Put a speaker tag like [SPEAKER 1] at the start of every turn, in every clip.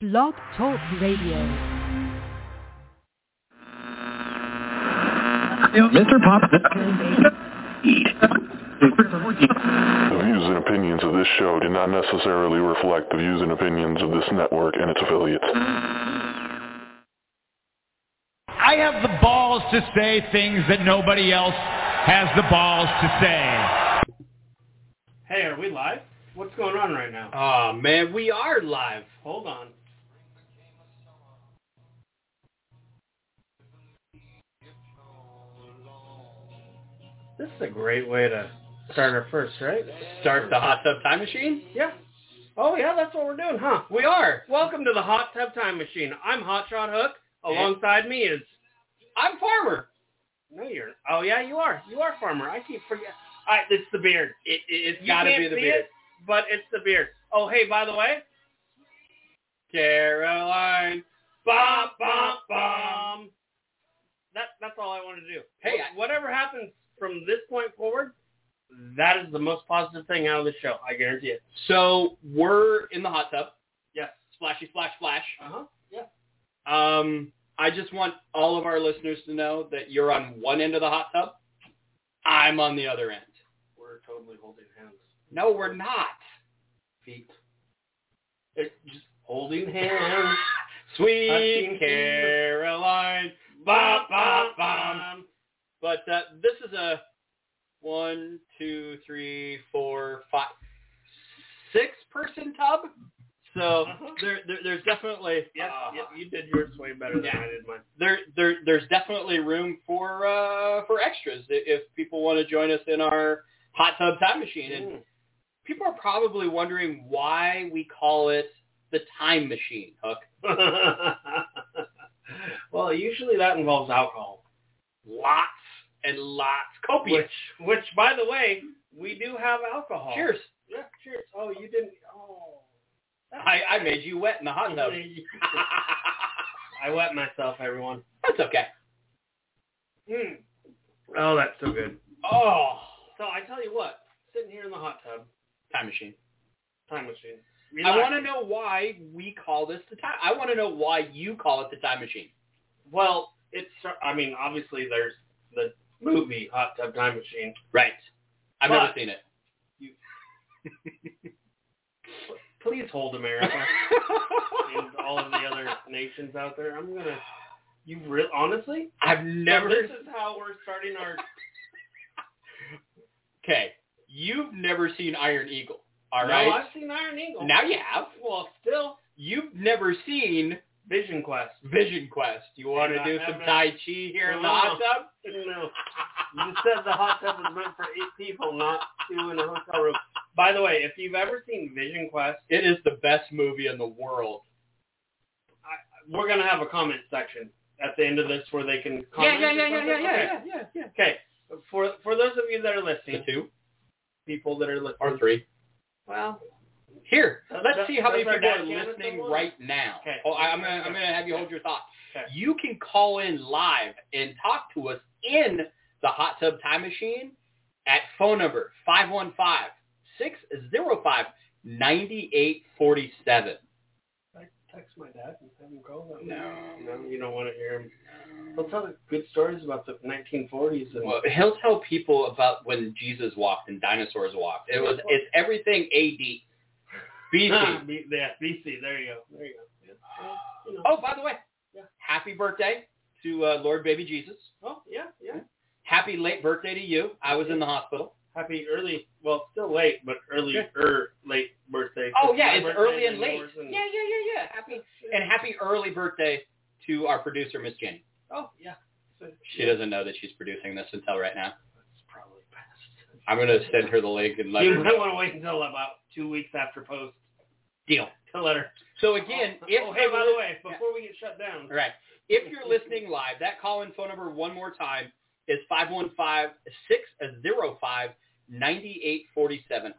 [SPEAKER 1] Blog Talk Radio.
[SPEAKER 2] Mr. Pop.
[SPEAKER 3] The views and opinions of this show do not necessarily reflect the views and opinions of this network and its affiliates.
[SPEAKER 4] I have the balls to say things that nobody else has the balls to say.
[SPEAKER 5] Hey, are we live? What's going on right now?
[SPEAKER 6] Oh man, we are live.
[SPEAKER 5] Hold on. This is a great way to start our first, right?
[SPEAKER 6] Start the hot tub time machine.
[SPEAKER 5] Yeah. Oh yeah, that's what we're doing, huh?
[SPEAKER 6] We are.
[SPEAKER 5] Welcome to the Hot Tub Time Machine. I'm Hotshot Hook. Alongside me is
[SPEAKER 6] I'm farmer.
[SPEAKER 5] no, you're. Oh yeah, you are. You are farmer. I keep forget. I it's the beard.
[SPEAKER 6] It, it, has
[SPEAKER 5] You
[SPEAKER 6] got to
[SPEAKER 5] can't
[SPEAKER 6] be the
[SPEAKER 5] see
[SPEAKER 6] beard.
[SPEAKER 5] it, but it's the beard. Oh hey, by the way,
[SPEAKER 6] Caroline.
[SPEAKER 5] Bum, bum, bum. That, that's all I want to do.
[SPEAKER 6] Hey,
[SPEAKER 5] Wh- whatever happens from this point forward, that is the most positive thing out of the show. I guarantee it.
[SPEAKER 6] So we're in the hot tub.
[SPEAKER 5] Yes.
[SPEAKER 6] Splashy, splash, splash.
[SPEAKER 5] Uh-huh. Yeah.
[SPEAKER 6] Um, I just want all of our listeners to know that you're on one end of the hot tub. I'm on the other end.
[SPEAKER 5] We're totally holding hands.
[SPEAKER 6] No, we're not.
[SPEAKER 5] Feet. It, just holding hands. I've
[SPEAKER 6] Sweet
[SPEAKER 5] seen-
[SPEAKER 6] Caroline.
[SPEAKER 5] bum, bum, bum.
[SPEAKER 6] But uh, this is a one, two, three, four, five, six person tub. So
[SPEAKER 5] Uh-huh.
[SPEAKER 6] there, there, there's definitely
[SPEAKER 5] Yes,
[SPEAKER 6] uh,
[SPEAKER 5] yes, you did yours way better than
[SPEAKER 6] Yeah.
[SPEAKER 5] I did mine.
[SPEAKER 6] there, there, there's definitely room for uh, for extras i- if people want to join us in our hot tub time machine. And
[SPEAKER 5] Mm.
[SPEAKER 6] people are probably wondering why we call it the time machine. Hook.
[SPEAKER 5] Hmm. well, usually that involves alcohol.
[SPEAKER 6] Lots and lots, copious.
[SPEAKER 5] Which, oh. which, by the way, we do have alcohol.
[SPEAKER 6] Cheers.
[SPEAKER 5] Yeah, cheers. Oh, you didn't. Oh.
[SPEAKER 6] I, I made you wet in the hot tub.
[SPEAKER 5] I wet myself, everyone.
[SPEAKER 6] That's okay.
[SPEAKER 5] Mm. Oh, that's so good.
[SPEAKER 6] Oh,
[SPEAKER 5] So I tell you what, sitting here in the hot tub,
[SPEAKER 6] time machine.
[SPEAKER 5] time machine.
[SPEAKER 6] I
[SPEAKER 5] Relax.
[SPEAKER 6] want to know why we call this the time. I want to know why you call it the time machine.
[SPEAKER 5] Well, it's. I mean, obviously, there's the movie Hot Tub Time Machine.
[SPEAKER 6] Right. I've
[SPEAKER 5] But-
[SPEAKER 6] never seen it.
[SPEAKER 5] Please hold America and all of the other nations out there. I'm gonna. You re- honestly?
[SPEAKER 6] I've
[SPEAKER 5] So
[SPEAKER 6] never.
[SPEAKER 5] This is how we're starting our.
[SPEAKER 6] Okay, you've never seen Iron Eagle. All
[SPEAKER 5] No,
[SPEAKER 6] right.
[SPEAKER 5] I've seen Iron Eagle.
[SPEAKER 6] Now you have.
[SPEAKER 5] well, still
[SPEAKER 6] You've never seen
[SPEAKER 5] Vision Quest.
[SPEAKER 6] Vision Quest. You want to
[SPEAKER 5] I
[SPEAKER 6] do some
[SPEAKER 5] haven't.
[SPEAKER 6] Tai Chi here in the hot tub?
[SPEAKER 5] No. You said the hot tub is meant for eight people, not two in a hotel room. By the way, if you've ever seen Vision Quest,
[SPEAKER 6] It is the best movie in the world.
[SPEAKER 5] we're gonna have a comment section at the end of this where they can comment. or something. Okay.
[SPEAKER 6] Oh, yeah, yeah.
[SPEAKER 5] Okay. For for those of you that are listening,
[SPEAKER 6] The two
[SPEAKER 5] people that are listening,
[SPEAKER 6] or three.
[SPEAKER 5] well,
[SPEAKER 6] Here,
[SPEAKER 5] That-
[SPEAKER 6] let's
[SPEAKER 5] that-
[SPEAKER 6] see how many
[SPEAKER 5] that's our
[SPEAKER 6] people
[SPEAKER 5] dad
[SPEAKER 6] are
[SPEAKER 5] camera
[SPEAKER 6] listening
[SPEAKER 5] somewhere?
[SPEAKER 6] right now.
[SPEAKER 5] Okay.
[SPEAKER 6] Oh, I, I'm gonna I'm gonna have you hold your thought.
[SPEAKER 5] Okay.
[SPEAKER 6] You can call in live and talk to us in the hot tub time machine at phone number 515-605-9847.
[SPEAKER 5] I text my dad and have him call them.
[SPEAKER 6] No.
[SPEAKER 5] no, you don't want to hear him. He'll tell the good stories about the 1940s and
[SPEAKER 6] Well, he'll tell people about when Jesus walked and dinosaurs walked. It was it's everything AD. BC.
[SPEAKER 5] B- yeah, BC. There you go. There you go. Yeah. Well, you know.
[SPEAKER 6] oh, by the way,
[SPEAKER 5] Yeah.
[SPEAKER 6] happy birthday to uh, Lord Baby Jesus.
[SPEAKER 5] oh, yeah, yeah.
[SPEAKER 6] Happy late birthday to you. I was in the hospital.
[SPEAKER 5] happy early, well, still late, but early
[SPEAKER 6] Yeah.
[SPEAKER 5] er late birthday.
[SPEAKER 6] Oh
[SPEAKER 5] It's
[SPEAKER 6] yeah,
[SPEAKER 5] my
[SPEAKER 6] it's
[SPEAKER 5] birthday
[SPEAKER 6] early and late.
[SPEAKER 5] yours
[SPEAKER 6] Yeah, yeah, yeah, yeah. Happy and happy early birthday to our producer Miss Jenny.
[SPEAKER 5] oh yeah. So,
[SPEAKER 6] She doesn't know that she's producing this until right now.
[SPEAKER 5] It's probably best.
[SPEAKER 6] I'm gonna send her the link and let
[SPEAKER 5] you
[SPEAKER 6] her
[SPEAKER 5] might want to wait until about two weeks after post
[SPEAKER 6] deal.
[SPEAKER 5] to let her.
[SPEAKER 6] So again,
[SPEAKER 5] oh,
[SPEAKER 6] if
[SPEAKER 5] oh, hey, by the way, before we get shut down,
[SPEAKER 6] All right. If you're listening live, that call-in phone number one more time is 515-605-9847.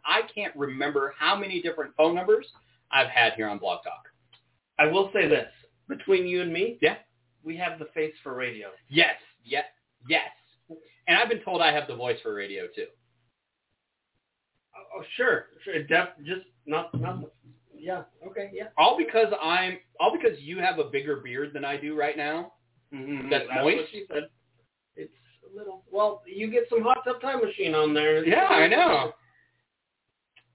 [SPEAKER 6] I can't remember how many different phone numbers I've had here on Blog Talk.
[SPEAKER 5] I will say this between you and me.
[SPEAKER 6] Yeah.
[SPEAKER 5] we have the face for radio.
[SPEAKER 6] Yes, yes, yes. And I've been told I have the voice for radio too.
[SPEAKER 5] Oh, oh, sure, sure. Def, just not not. Yeah. Okay. Yeah.
[SPEAKER 6] All because I'm all because you have a bigger beard than I do right now.
[SPEAKER 5] Mm-hmm.
[SPEAKER 6] That's moist?
[SPEAKER 5] What she said. It's a little. Well, you get some hot tub time machine on there.
[SPEAKER 6] Yeah, I know.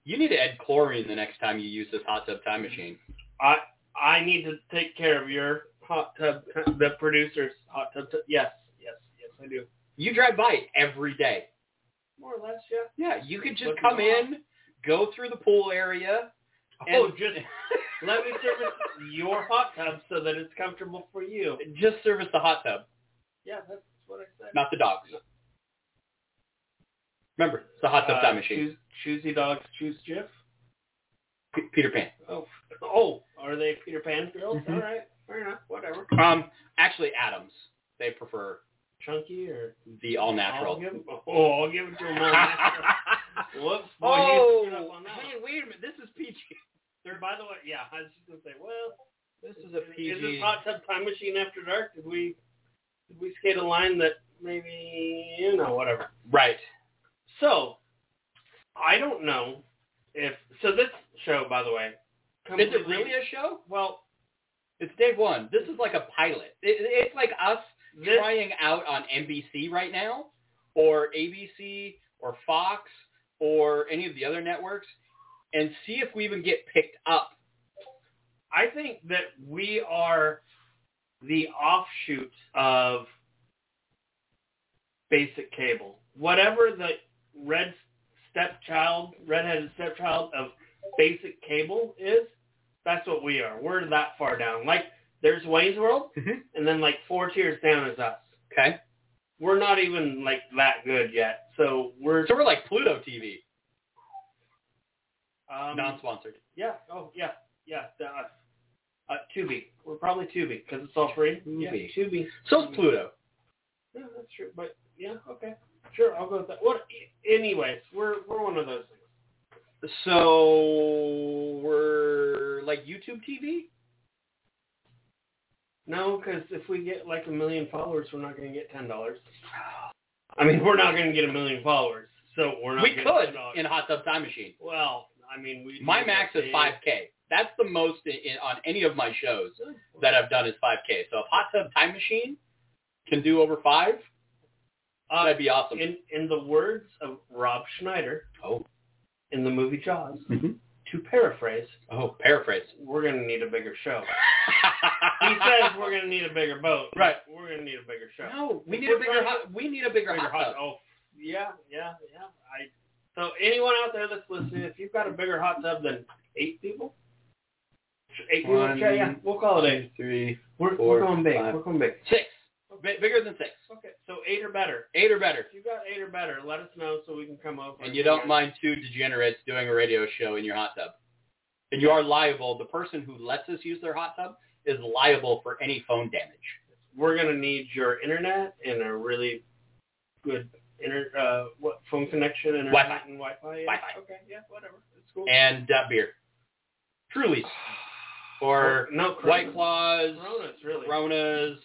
[SPEAKER 6] You need to add chlorine the next time you use this hot tub time machine.
[SPEAKER 5] I I need to take care of your hot tub. The producer's hot tub. t- yes. Yes. Yes, I do.
[SPEAKER 6] You drive by it every day.
[SPEAKER 5] More or less. Yeah.
[SPEAKER 6] Yeah, you could just
[SPEAKER 5] Looking
[SPEAKER 6] come
[SPEAKER 5] around.
[SPEAKER 6] in, go through the pool area.
[SPEAKER 5] Oh,
[SPEAKER 6] and-
[SPEAKER 5] just let me service your hot tub so that it's comfortable for you.
[SPEAKER 6] just service the hot tub,
[SPEAKER 5] Yeah, that's what I said.
[SPEAKER 6] not the dogs. Remember, it's the hot tub
[SPEAKER 5] Uh,
[SPEAKER 6] time machine.
[SPEAKER 5] Choose, choosy dogs choose Jif.
[SPEAKER 6] P- Peter Pan.
[SPEAKER 5] Oh, oh, are they Peter Pan girls?
[SPEAKER 6] Mhm.
[SPEAKER 5] All right, fair enough, whatever.
[SPEAKER 6] Um, actually, Adams. They prefer
[SPEAKER 5] Chunky or
[SPEAKER 6] the all
[SPEAKER 5] I'll
[SPEAKER 6] natural.
[SPEAKER 5] give, oh, I'll give it to him. all natural. Whoops. boy,
[SPEAKER 6] oh,
[SPEAKER 5] he screwed up on that
[SPEAKER 6] hey,
[SPEAKER 5] one.
[SPEAKER 6] wait a minute. This is PG.
[SPEAKER 5] There, by the way, yeah, I was just gonna say, well,
[SPEAKER 6] This is a
[SPEAKER 5] Is this
[SPEAKER 6] PG.
[SPEAKER 5] hot tub time machine after dark? Did we did we skate a line that maybe you know whatever?
[SPEAKER 6] Right.
[SPEAKER 5] So, I don't know if so. This show, by the way,
[SPEAKER 6] Is it
[SPEAKER 5] completely-
[SPEAKER 6] really a show?
[SPEAKER 5] well?
[SPEAKER 6] It's day one. This is like a pilot. It, it's like us
[SPEAKER 5] This
[SPEAKER 6] trying out on NBC right now, or ABC, or Fox, or any of the other networks, and see if we even get picked up.
[SPEAKER 5] I think that we are the offshoot of basic cable. Whatever the red stepchild, redheaded stepchild of basic cable is, that's what we are. We're that far down. Like there's Wayne's World,
[SPEAKER 6] Mhm.
[SPEAKER 5] and then like four tiers down is us.
[SPEAKER 6] Okay.
[SPEAKER 5] We're not even like that good yet. So we're
[SPEAKER 6] So we're like Pluto TV,
[SPEAKER 5] um,
[SPEAKER 6] non-sponsored.
[SPEAKER 5] Yeah. Oh, yeah. Yeah. The, uh, uh, Tubi. We're probably Tubi because it's all free.
[SPEAKER 6] Tubi.
[SPEAKER 5] Yeah, Tubi.
[SPEAKER 6] So is Pluto.
[SPEAKER 5] Yeah, that's true. But yeah, okay. Sure, I'll go with that. What? Anyways, we're we're one of those things.
[SPEAKER 6] So we're like YouTube TV.
[SPEAKER 5] No, because if we get like a million followers, we're not going to get ten dollars. I mean, we're not going to get a million followers, so we're not.
[SPEAKER 6] We
[SPEAKER 5] getting
[SPEAKER 6] could
[SPEAKER 5] $10.
[SPEAKER 6] in Hot Tub Time Machine.
[SPEAKER 5] well, I mean, we.
[SPEAKER 6] My
[SPEAKER 5] do
[SPEAKER 6] max
[SPEAKER 5] get
[SPEAKER 6] is
[SPEAKER 5] paid.
[SPEAKER 6] 5K. That's the most in, in, on any of my shows that I've done is 5K. So if Hot Tub Time Machine can do over five,
[SPEAKER 5] Uh,
[SPEAKER 6] that'd be awesome.
[SPEAKER 5] in in the words of Rob Schneider
[SPEAKER 6] oh,
[SPEAKER 5] in the movie Jaws,
[SPEAKER 6] Mhm.
[SPEAKER 5] to paraphrase,
[SPEAKER 6] oh, paraphrase.
[SPEAKER 5] we're going to need a bigger show. he says we're going to need a bigger boat.
[SPEAKER 6] Right.
[SPEAKER 5] We're going to need a bigger show.
[SPEAKER 6] No, we
[SPEAKER 5] We're
[SPEAKER 6] need a bigger
[SPEAKER 5] trying to-
[SPEAKER 6] hot. We need a bigger,
[SPEAKER 5] Bigger
[SPEAKER 6] hot
[SPEAKER 5] hot-
[SPEAKER 6] tub.
[SPEAKER 5] Oh, yeah, yeah, yeah. I. So anyone out there that's listening, if you've got a bigger hot tub than eight people, eight people,
[SPEAKER 6] One,
[SPEAKER 5] yeah, yeah, we'll call it eight.
[SPEAKER 6] Three,
[SPEAKER 5] We're,
[SPEAKER 6] four,
[SPEAKER 5] we're going big.
[SPEAKER 6] five.
[SPEAKER 5] We're going big.
[SPEAKER 6] six. B- bigger than six.
[SPEAKER 5] Okay, so eight or better.
[SPEAKER 6] Eight or better.
[SPEAKER 5] If you got eight or better, let us know so we can come over.
[SPEAKER 6] And you don't
[SPEAKER 5] hang
[SPEAKER 6] mind two degenerates doing a radio show in your hot tub. And you are liable. The person who lets us use their hot tub is liable for any phone damage.
[SPEAKER 5] out. We're gonna need your internet and a really good inter uh what phone connection and
[SPEAKER 6] Wi-Fi.
[SPEAKER 5] and Wi-Fi. Yeah.
[SPEAKER 6] Wi-Fi.
[SPEAKER 5] Okay, yeah, whatever. It's cool.
[SPEAKER 6] And uh, beer. Truly's. Or
[SPEAKER 5] no, Corona.
[SPEAKER 6] White Claws.
[SPEAKER 5] Coronas, really.
[SPEAKER 6] Coronas.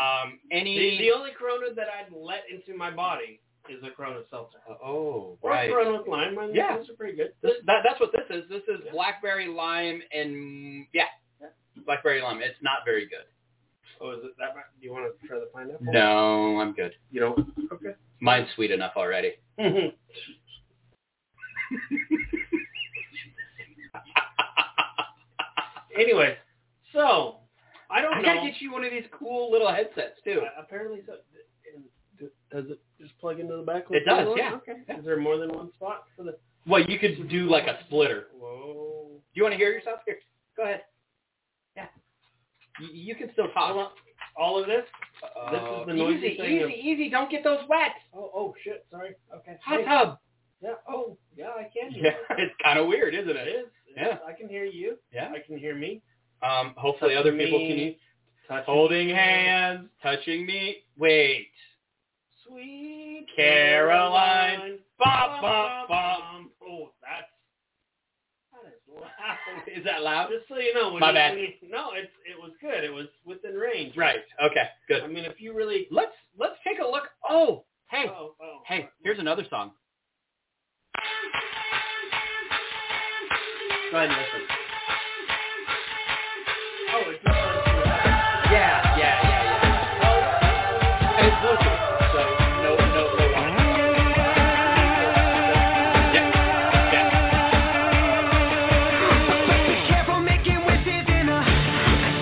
[SPEAKER 6] Um,
[SPEAKER 5] The,
[SPEAKER 6] any.
[SPEAKER 5] the only Corona that I'd let into my body is a Corona seltzer.
[SPEAKER 6] Oh,
[SPEAKER 5] Or
[SPEAKER 6] right.
[SPEAKER 5] Corona with lime. My
[SPEAKER 6] Yeah.
[SPEAKER 5] those are pretty good.
[SPEAKER 6] This, that, that's what this is. This is
[SPEAKER 5] Yeah.
[SPEAKER 6] blackberry lime and yeah, blackberry lime. It's not very good.
[SPEAKER 5] Oh, is it that? much? Do you want to try the pineapple?
[SPEAKER 6] No, I'm good.
[SPEAKER 5] You don't. Okay.
[SPEAKER 6] Mine's sweet enough already.
[SPEAKER 5] anyway, so I don't
[SPEAKER 6] I
[SPEAKER 5] know.
[SPEAKER 6] gotta get you one of these cool little headsets too.
[SPEAKER 5] Uh, apparently, so. And d- does it just plug into the back?
[SPEAKER 6] It does, yeah.
[SPEAKER 5] Okay.
[SPEAKER 6] Yeah.
[SPEAKER 5] Is there more than one spot for the?
[SPEAKER 6] Well, you could do like a splitter.
[SPEAKER 5] Whoa.
[SPEAKER 6] Do you want to hear yourself? Here, go ahead. Yeah, you, you can still talk.
[SPEAKER 5] Hold on. All of this? This is the
[SPEAKER 6] Uh,
[SPEAKER 5] noisy
[SPEAKER 6] easy,
[SPEAKER 5] thing of-
[SPEAKER 6] easy, easy. Don't get those wet.
[SPEAKER 5] Oh, oh shit! Sorry. Okay.
[SPEAKER 6] Hot
[SPEAKER 5] Hey.
[SPEAKER 6] tub.
[SPEAKER 5] Yeah. Oh, yeah. I can. hear
[SPEAKER 6] Yeah,
[SPEAKER 5] you.
[SPEAKER 6] it's kind of weird, isn't
[SPEAKER 5] It
[SPEAKER 6] it?
[SPEAKER 5] is. It
[SPEAKER 6] Yeah.
[SPEAKER 5] is. I can hear you.
[SPEAKER 6] Yeah.
[SPEAKER 5] I can hear me.
[SPEAKER 6] Um, hopefully other people can.
[SPEAKER 5] Me. Touch
[SPEAKER 6] Holding hands, touching me. Wait.
[SPEAKER 5] Sweet
[SPEAKER 6] Caroline. Bop,
[SPEAKER 5] Bum,
[SPEAKER 6] bop,
[SPEAKER 5] bum,
[SPEAKER 6] bop.
[SPEAKER 5] bum. Oh, that's that is loud.
[SPEAKER 6] Is that loud?
[SPEAKER 5] Just so you know, when
[SPEAKER 6] My
[SPEAKER 5] you,
[SPEAKER 6] bad.
[SPEAKER 5] when you- no, it's it was good. It was within range.
[SPEAKER 6] Right. Okay.
[SPEAKER 5] I
[SPEAKER 6] Good.
[SPEAKER 5] mean, if you really.
[SPEAKER 6] Let's let's take a look. Oh, hey,
[SPEAKER 5] Oh, oh,
[SPEAKER 6] hey. Here's another song. Go ahead and listen.
[SPEAKER 5] No, it's the first one.
[SPEAKER 6] Yeah, yeah, yeah, yeah. And it's local, so no, no, no. Yeah, yeah.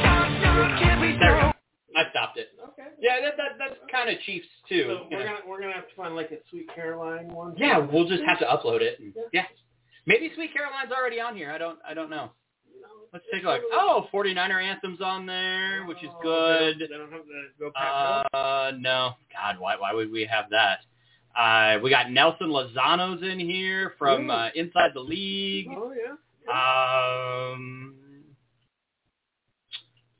[SPEAKER 6] There we go. I stopped it.
[SPEAKER 5] Okay.
[SPEAKER 6] Yeah, that, that that's kind of Chiefs too.
[SPEAKER 5] So
[SPEAKER 6] you
[SPEAKER 5] we're
[SPEAKER 6] know.
[SPEAKER 5] gonna we're gonna have to find like a Sweet Caroline one.
[SPEAKER 6] Yeah, we'll just have to upload it.
[SPEAKER 5] Yeah.
[SPEAKER 6] Yeah. Maybe Sweet Caroline's already on here. I don't I don't know.
[SPEAKER 5] No,
[SPEAKER 6] Let's take a look. Oh, 49er Anthem's on there, which is
[SPEAKER 5] Oh,
[SPEAKER 6] good.
[SPEAKER 5] They don't, they don't have the go pack. no?
[SPEAKER 6] Uh, no. God, why why would we have that? Uh, we got Nelson Lozano's in here from
[SPEAKER 5] Ooh.
[SPEAKER 6] uh, Inside the League.
[SPEAKER 5] oh yeah.
[SPEAKER 6] Um,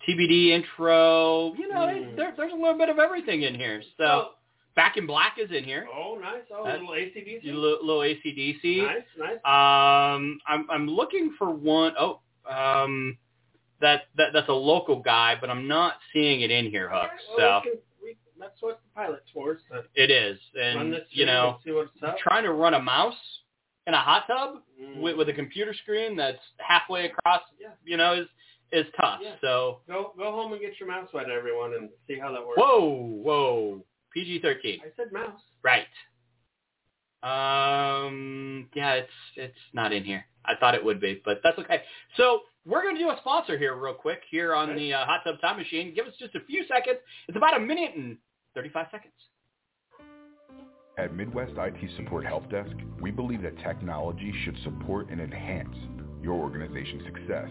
[SPEAKER 6] TBD intro. You know,
[SPEAKER 5] Mm.
[SPEAKER 6] there, there's a little bit of everything in here. So Back in Black is in here.
[SPEAKER 5] oh, oh nice. Oh,
[SPEAKER 6] That-
[SPEAKER 5] little ACDC.
[SPEAKER 6] A little, little ACDC.
[SPEAKER 5] nice, nice.
[SPEAKER 6] Um, I'm I'm looking for one oh um, that that that's a local guy, but I'm not seeing it in here, Hooks.
[SPEAKER 5] All right, well,
[SPEAKER 6] So
[SPEAKER 5] we can, we, that's what the pilot's for. is to
[SPEAKER 6] it is,
[SPEAKER 5] run
[SPEAKER 6] and
[SPEAKER 5] this
[SPEAKER 6] you
[SPEAKER 5] through
[SPEAKER 6] know,
[SPEAKER 5] and see what's up.
[SPEAKER 6] trying to run a mouse in a hot tub
[SPEAKER 5] Mm.
[SPEAKER 6] with, with a computer screen that's halfway across,
[SPEAKER 5] Yeah.
[SPEAKER 6] you know, is is tough.
[SPEAKER 5] Yeah.
[SPEAKER 6] So
[SPEAKER 5] Go go home and get your mouse wet, everyone, and see how that works.
[SPEAKER 6] whoa, whoa, PG-13,
[SPEAKER 5] I said mouse.
[SPEAKER 6] right? Um, yeah, it's it's not in here. I thought it would be, but that's okay. So we're going to do a sponsor here real quick here on
[SPEAKER 5] Okay.
[SPEAKER 6] the uh, Hot Tub Time Machine. Give us just a few seconds. It's about a minute and 35 seconds.
[SPEAKER 2] At Midwest IT Support Help Desk, we believe that technology should support and enhance your organization's success,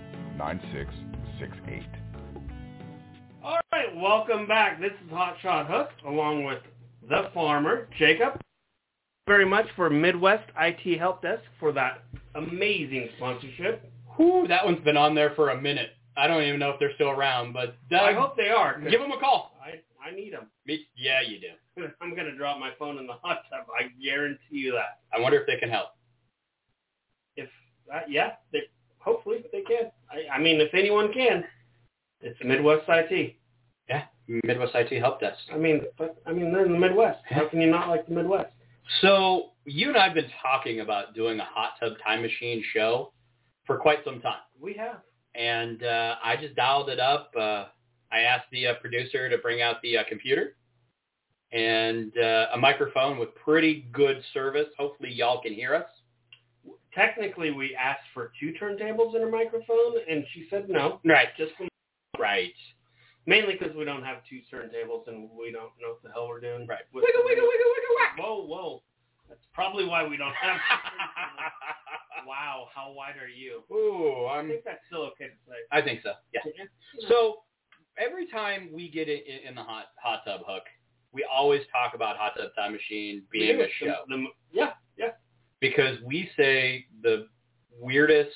[SPEAKER 2] 765-239-9668.
[SPEAKER 5] All right, welcome back. This is Hot Shot Hook, along with the farmer Jacob. Very much for Midwest IT Help Desk for that amazing sponsorship.
[SPEAKER 6] Whew, that one's been on there for a minute. I don't even know if they're still around, but Doug,
[SPEAKER 5] I hope they are. 'cause
[SPEAKER 6] give them a call.
[SPEAKER 5] I I need them.
[SPEAKER 6] Me- Yeah, you do.
[SPEAKER 5] I'm gonna drop my phone in the hot tub. I guarantee you that.
[SPEAKER 6] I wonder if they can help.
[SPEAKER 5] If uh, yeah, they hopefully they can. I, I mean, if anyone can, it's Midwest IT.
[SPEAKER 6] Yeah, Midwest IT Help Desk.
[SPEAKER 5] I mean, but I mean they're in the Midwest. How can you not like the Midwest?
[SPEAKER 6] So you and I have been talking about doing a Hot Tub Time Machine show for quite some time.
[SPEAKER 5] We have.
[SPEAKER 6] and uh, I just dialed it up. Uh, I asked the uh, producer to bring out the uh, computer and uh, a microphone with pretty good service. Hopefully, y'all can hear us.
[SPEAKER 5] Technically, we asked for two turntables and a microphone, and she said no.
[SPEAKER 6] Right,
[SPEAKER 5] Just from,
[SPEAKER 6] right,
[SPEAKER 5] mainly because we don't have two turntables and we don't know what the hell we're doing.
[SPEAKER 6] right.
[SPEAKER 5] with-
[SPEAKER 6] Wiggle, wiggle, wiggle, wiggle, whack.
[SPEAKER 5] Whoa, whoa. That's probably why we don't have. two turntables. wow, how wide are you?
[SPEAKER 6] Ooh,
[SPEAKER 5] I
[SPEAKER 6] I'm.
[SPEAKER 5] think that's still okay to say.
[SPEAKER 6] I think so. Yeah.
[SPEAKER 5] Yeah.
[SPEAKER 6] So every time we get in, in, in the hot hot tub hook, we always talk about Hot Tub Time Machine being
[SPEAKER 5] Yeah,
[SPEAKER 6] a show.
[SPEAKER 5] The, the, yeah,
[SPEAKER 6] because we say the weirdest,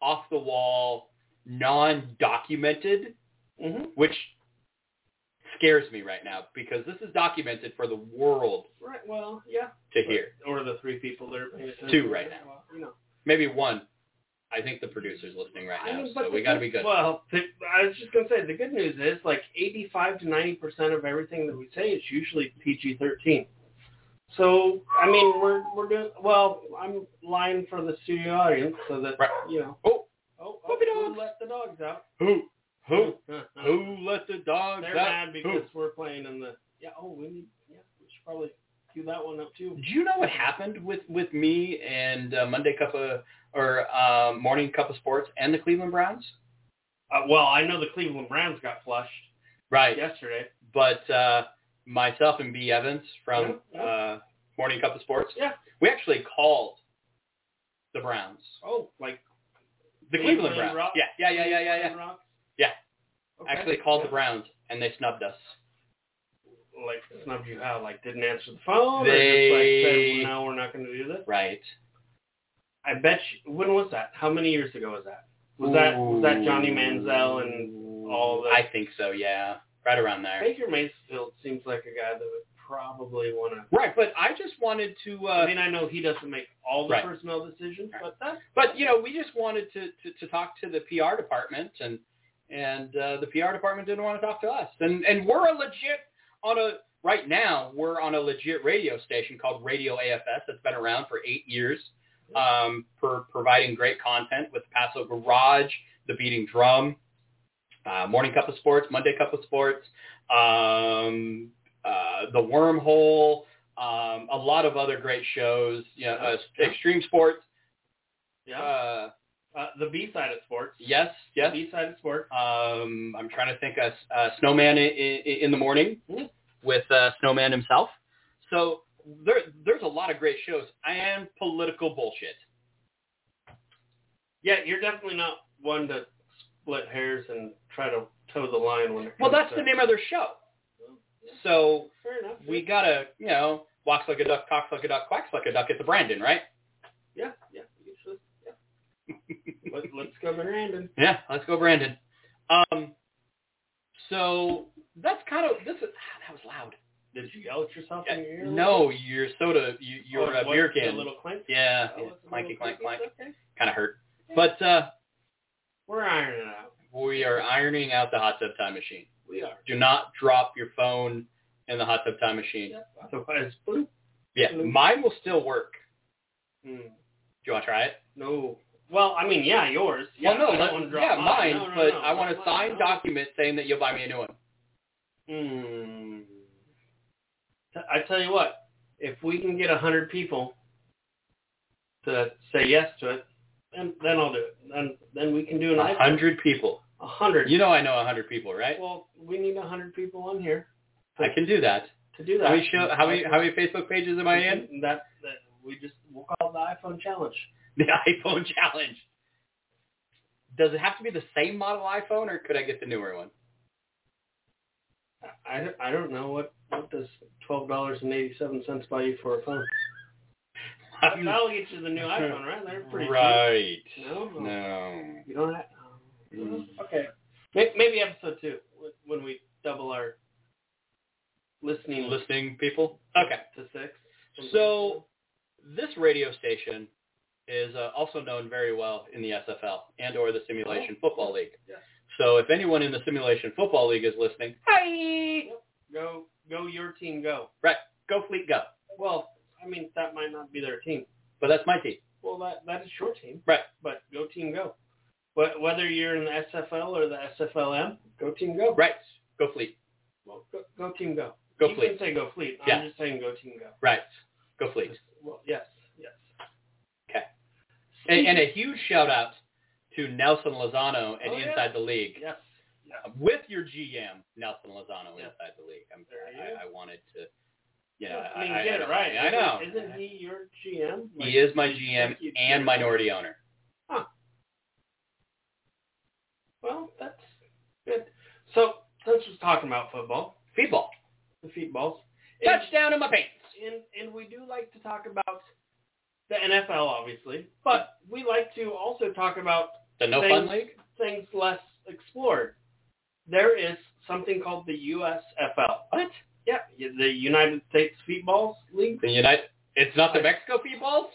[SPEAKER 6] off the wall, non documented,
[SPEAKER 5] hmm
[SPEAKER 6] which scares me right now because this is documented for the world
[SPEAKER 5] right. Well, yeah.
[SPEAKER 6] to hear.
[SPEAKER 5] Or the three people that are paying attention.
[SPEAKER 6] Two right now.
[SPEAKER 5] Well, you know.
[SPEAKER 6] Maybe one. I think the producer's listening right
[SPEAKER 5] I
[SPEAKER 6] now,
[SPEAKER 5] mean, but
[SPEAKER 6] so we
[SPEAKER 5] the
[SPEAKER 6] got to be good.
[SPEAKER 5] Well, the, I was just gonna say the good news is like 85 to 90 percent of everything that we say is usually PG-13. So I mean, we're we're doing well. I'm lying for the studio audience so that
[SPEAKER 6] Right.
[SPEAKER 5] you know.
[SPEAKER 6] Oh.
[SPEAKER 5] oh, oh
[SPEAKER 6] Puppy
[SPEAKER 5] who
[SPEAKER 6] dogs.
[SPEAKER 5] let the dogs out?
[SPEAKER 6] Who?
[SPEAKER 5] They're
[SPEAKER 6] let the dogs
[SPEAKER 5] mad because we're playing in the. Yeah. Oh, we need. Yeah, we should probably cue that one up too.
[SPEAKER 6] Do you know what happened with with me and uh, Monday Cup of or uh, Morning Cup of Sports and the Cleveland Browns?
[SPEAKER 5] Uh, well, I know the Cleveland Browns got flushed
[SPEAKER 6] Right.
[SPEAKER 5] yesterday.
[SPEAKER 6] But uh, myself and B Evans from
[SPEAKER 5] Yeah, yeah.
[SPEAKER 6] Uh, Morning Cup of Sports,
[SPEAKER 5] Yeah.
[SPEAKER 6] we actually called the Browns,
[SPEAKER 5] Oh, like
[SPEAKER 6] the
[SPEAKER 5] Cleveland
[SPEAKER 6] Cleveland Browns.
[SPEAKER 5] Rock-
[SPEAKER 6] Yeah, yeah, yeah, yeah, yeah, yeah.
[SPEAKER 5] Rocks?
[SPEAKER 6] Yeah.
[SPEAKER 5] Okay.
[SPEAKER 6] Actually called
[SPEAKER 5] Yeah.
[SPEAKER 6] the Browns and they snubbed us.
[SPEAKER 5] like snubbed you out, like didn't answer the phone, or
[SPEAKER 6] They-
[SPEAKER 5] just like said, well, no, we're not going to do this.
[SPEAKER 6] Right.
[SPEAKER 5] I bet. You, when was that? How many years ago was that? Was that was that Johnny Manziel and all the-
[SPEAKER 6] I think so. Yeah, right around there.
[SPEAKER 5] Baker Mayfield seems like a guy that would probably want to.
[SPEAKER 6] Right, but I just wanted to. Uh,
[SPEAKER 5] I mean, I know he doesn't make all the
[SPEAKER 6] Right.
[SPEAKER 5] personnel decisions,
[SPEAKER 6] Right.
[SPEAKER 5] but that's
[SPEAKER 6] but you know, we just wanted to, to, to talk to the PR department, and and uh, the PR department didn't want to talk to us. And and we're a legit on a right now. We're on a legit radio station called Radio AFS that's been around for eight years, um, for providing great content with Paso Garage, The Beating Drum, uh, Morning Cup of Sports, Monday Cup of Sports, um, uh, The Wormhole. Um, a lot of other great shows, you know, uh, extreme sports,
[SPEAKER 5] yeah.
[SPEAKER 6] uh,
[SPEAKER 5] Uh, the B side of sports.
[SPEAKER 6] yes, yes.
[SPEAKER 5] The B side of sports.
[SPEAKER 6] Um, I'm trying to think of uh, Snowman in, in, in the morning
[SPEAKER 5] Mm.
[SPEAKER 6] with uh, Snowman himself. So there, there's a lot of great shows and political bullshit.
[SPEAKER 5] Yeah, you're definitely not one to split hairs and try to toe the line when it comes
[SPEAKER 6] Well, that's
[SPEAKER 5] to
[SPEAKER 6] the name of their show. So
[SPEAKER 5] Fair enough.
[SPEAKER 6] we gotta, you know, walks like a duck, talks like a duck, quacks like a duck at the Brandon, right?
[SPEAKER 5] Yeah, yeah, you should. Yeah. Let, let's go to Brandon.
[SPEAKER 6] Yeah, let's go, Brandon. Um, so that's kind of this. Is, ah, that was loud.
[SPEAKER 5] Did you yell at yourself in your
[SPEAKER 6] Yeah,
[SPEAKER 5] ear?
[SPEAKER 6] no, your soda, you, your
[SPEAKER 5] oh,
[SPEAKER 6] uh,
[SPEAKER 5] it was
[SPEAKER 6] beer
[SPEAKER 5] the
[SPEAKER 6] can.
[SPEAKER 5] little clink.
[SPEAKER 6] Yeah,
[SPEAKER 5] That
[SPEAKER 6] yeah,
[SPEAKER 5] was the
[SPEAKER 6] clanky,
[SPEAKER 5] little
[SPEAKER 6] clank, clank.
[SPEAKER 5] It's Okay.
[SPEAKER 6] Kind of hurt. But uh,
[SPEAKER 5] We're ironing it out.
[SPEAKER 6] we are ironing out the hot tub time machine.
[SPEAKER 5] We are.
[SPEAKER 6] Do not drop your phone in the hot tub time machine.
[SPEAKER 5] Yep. Otherwise, boop.
[SPEAKER 6] Yeah,
[SPEAKER 5] Mm.
[SPEAKER 6] mine will still work.
[SPEAKER 5] Hmm.
[SPEAKER 6] Do you want to try it?
[SPEAKER 5] No. Well, I mean, yeah, yours. Yeah,
[SPEAKER 6] well, no,
[SPEAKER 5] I
[SPEAKER 6] let-
[SPEAKER 5] don't wanna drop
[SPEAKER 6] yeah,
[SPEAKER 5] mine.
[SPEAKER 6] mine,
[SPEAKER 5] No, no,
[SPEAKER 6] but
[SPEAKER 5] no,
[SPEAKER 6] I want
[SPEAKER 5] no,
[SPEAKER 6] a signed
[SPEAKER 5] no.
[SPEAKER 6] document saying that you'll buy me a new one.
[SPEAKER 5] Hmm. T- I tell you what, if we can get a hundred people to say yes to it, then then I'll do it. Then then we can do an
[SPEAKER 6] A
[SPEAKER 5] iPhone.
[SPEAKER 6] hundred people.
[SPEAKER 5] A hundred.
[SPEAKER 6] You know I know a hundred people, right?
[SPEAKER 5] Well, we need a hundred people on here
[SPEAKER 6] I can do that.
[SPEAKER 5] to do that.
[SPEAKER 6] How many show, how many how many Facebook pages am I in?
[SPEAKER 5] That, that we just we'll call it the iPhone challenge.
[SPEAKER 6] The iPhone challenge. Does it have to be the same model iPhone, or could I get the newer one?
[SPEAKER 5] I, don't- I don't know what what does twelve dollars and eighty seven cents buy you for a phone. That'll get you the new iPhone, right? They're pretty
[SPEAKER 6] right.
[SPEAKER 5] cheap. No,
[SPEAKER 6] No.
[SPEAKER 5] you don't. Have, oh,
[SPEAKER 6] Mm.
[SPEAKER 5] okay, May- maybe episode two wh- when we double our listening list
[SPEAKER 6] Listening people. Okay.
[SPEAKER 5] to six.
[SPEAKER 6] So this radio station is uh, also known very well in the SFL and or the Simulation Football League.
[SPEAKER 5] Oh. Yes.
[SPEAKER 6] So if anyone in the Simulation Football League is listening, hi,
[SPEAKER 5] go go your team go.
[SPEAKER 6] go Fleet, go.
[SPEAKER 5] Well, I mean that might not be their team.
[SPEAKER 6] But that's my team.
[SPEAKER 5] Well, that that is your team,
[SPEAKER 6] Right.
[SPEAKER 5] But go team go. But whether you're in the SFL or the SFLM, go team go.
[SPEAKER 6] Right. Go Fleet.
[SPEAKER 5] Well, go, go team go.
[SPEAKER 6] Go
[SPEAKER 5] you can
[SPEAKER 6] Fleet.
[SPEAKER 5] say go fleet.
[SPEAKER 6] Yeah.
[SPEAKER 5] I'm just saying go team go.
[SPEAKER 6] Right. Go Fleet.
[SPEAKER 5] Well, yes, yes.
[SPEAKER 6] And, and a huge shout out to Nelson Lozano and
[SPEAKER 5] Oh, yeah.
[SPEAKER 6] Inside the League
[SPEAKER 5] Yes, yes.
[SPEAKER 6] with your GM Nelson Lozano
[SPEAKER 5] Yeah.
[SPEAKER 6] Inside the League. I'm,
[SPEAKER 5] There you go.
[SPEAKER 6] I, I wanted to. You know,
[SPEAKER 5] I mean,
[SPEAKER 6] I,
[SPEAKER 5] get
[SPEAKER 6] I,
[SPEAKER 5] it right.
[SPEAKER 6] I know.
[SPEAKER 5] Isn't, isn't he your GM? Like,
[SPEAKER 6] He is my GM
[SPEAKER 5] thank you,
[SPEAKER 6] and minority owner.
[SPEAKER 5] Well, that's good. So since we're talking about football,
[SPEAKER 6] Football.
[SPEAKER 5] the feet balls, and,
[SPEAKER 6] Touchdown in my pants.
[SPEAKER 5] and and we do like to talk about the NFL, obviously, but we like to also talk about
[SPEAKER 6] The No
[SPEAKER 5] Thanks.
[SPEAKER 6] Fun League?
[SPEAKER 5] things less explored. There is something called the USFL. What? Yeah, the United States Feetballs League.
[SPEAKER 6] The United. It's not the Mexico Feet Balls?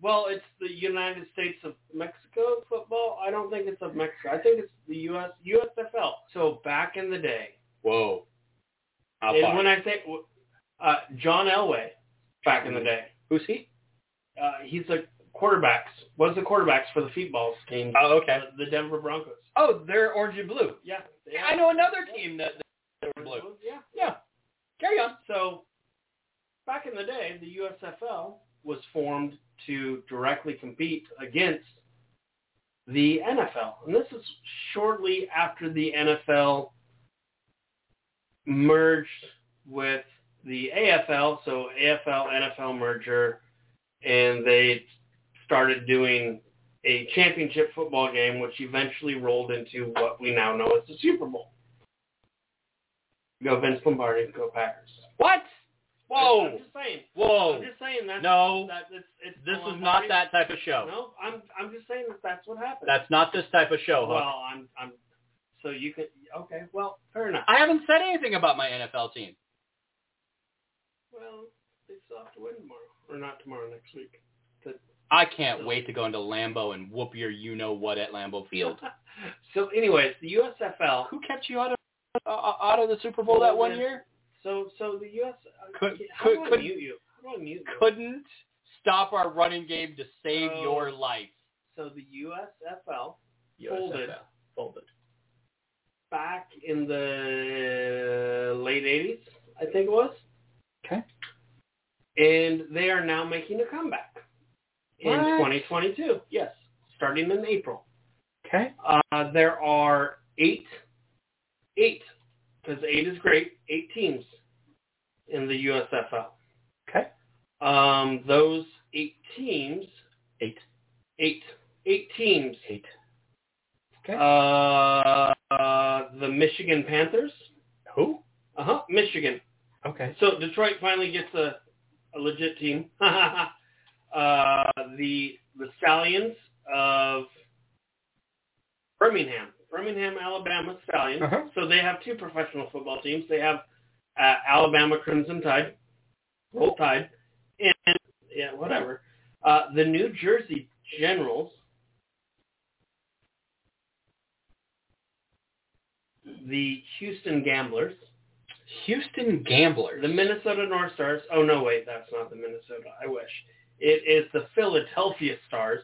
[SPEAKER 5] Well, it's the United States of Mexico football. I don't think it's of Mexico. I think it's the U.S. USFL. So back in the day,
[SPEAKER 6] Whoa. How
[SPEAKER 5] and
[SPEAKER 6] far?
[SPEAKER 5] when I say uh, John Elway, back in the day,
[SPEAKER 6] Mm-hmm. Who's he?
[SPEAKER 5] uh, he's the quarterbacks. Was the quarterbacks for the Feetballs team,
[SPEAKER 6] Oh, okay.
[SPEAKER 5] uh, the Denver Broncos?
[SPEAKER 6] Oh, they're orange and blue.
[SPEAKER 5] Yeah, they
[SPEAKER 6] I
[SPEAKER 5] are.
[SPEAKER 6] know another team that that are blue.
[SPEAKER 5] Yeah,
[SPEAKER 6] Yeah. Carry on.
[SPEAKER 5] So back in the day, the USFL was formed to directly compete against the NFL. And this is shortly after the NFL merged with the AFL, so AFL NFL merger, and they started doing a championship football game which eventually rolled into what we now know as the Super Bowl. Go Vince Lombardi, go Packers.
[SPEAKER 6] What?
[SPEAKER 5] I'm
[SPEAKER 6] Whoa.
[SPEAKER 5] just saying.
[SPEAKER 6] Whoa.
[SPEAKER 5] I'm just saying that.
[SPEAKER 6] No.
[SPEAKER 5] that it's, it's
[SPEAKER 6] This
[SPEAKER 5] going
[SPEAKER 6] is not
[SPEAKER 5] on.
[SPEAKER 6] that type of show.
[SPEAKER 5] No, I'm I'm just saying that that's what happened.
[SPEAKER 6] That's not this type of show, huh?
[SPEAKER 5] well, I'm I'm. So you could okay. Well, fair enough.
[SPEAKER 6] I haven't said anything about my NFL team.
[SPEAKER 5] well, they still have to win tomorrow, or not tomorrow, next week.
[SPEAKER 6] I can't wait to go into Lambeau and whoop your you know what at Lambeau Field.
[SPEAKER 5] So, anyways, the USFL.
[SPEAKER 6] Who kept you out of uh, out of the Super Bowl that one year?
[SPEAKER 5] So so the US.
[SPEAKER 6] Could-
[SPEAKER 5] how
[SPEAKER 6] could-
[SPEAKER 5] do I
[SPEAKER 6] could-
[SPEAKER 5] mute you? How do I mute you?
[SPEAKER 6] Couldn't stop our running game to save
[SPEAKER 5] Oh.
[SPEAKER 6] your life.
[SPEAKER 5] so the USFL Folded.
[SPEAKER 6] USFL. Folded.
[SPEAKER 5] back in the late '80s, I think it was.
[SPEAKER 6] Okay.
[SPEAKER 5] and they are now making a comeback in
[SPEAKER 6] What?
[SPEAKER 5] 2022. Yes, starting in April.
[SPEAKER 6] Okay.
[SPEAKER 5] Uh, there are eight, eight, because eight is great. Eight teams in the USFL.
[SPEAKER 6] Okay.
[SPEAKER 5] Um, those eight teams,
[SPEAKER 6] Eight.
[SPEAKER 5] eight, eight teams.
[SPEAKER 6] Eight. Okay.
[SPEAKER 5] Uh, uh, the Michigan Panthers.
[SPEAKER 6] Who?
[SPEAKER 5] Uh huh. Michigan.
[SPEAKER 6] Okay.
[SPEAKER 5] So Detroit finally gets a, a legit team. uh, the the Stallions of Birmingham, Birmingham, Alabama Stallions.
[SPEAKER 6] Uh-huh.
[SPEAKER 5] So they have two professional football teams. They have uh, Alabama Crimson Tide, Roll Tide, and yeah, whatever. Uh, the New Jersey Generals. The Houston Gamblers.
[SPEAKER 6] Houston Gamblers.
[SPEAKER 5] The Minnesota North Stars. Oh no, wait, that's not the Minnesota. I wish. It is the Philadelphia Stars.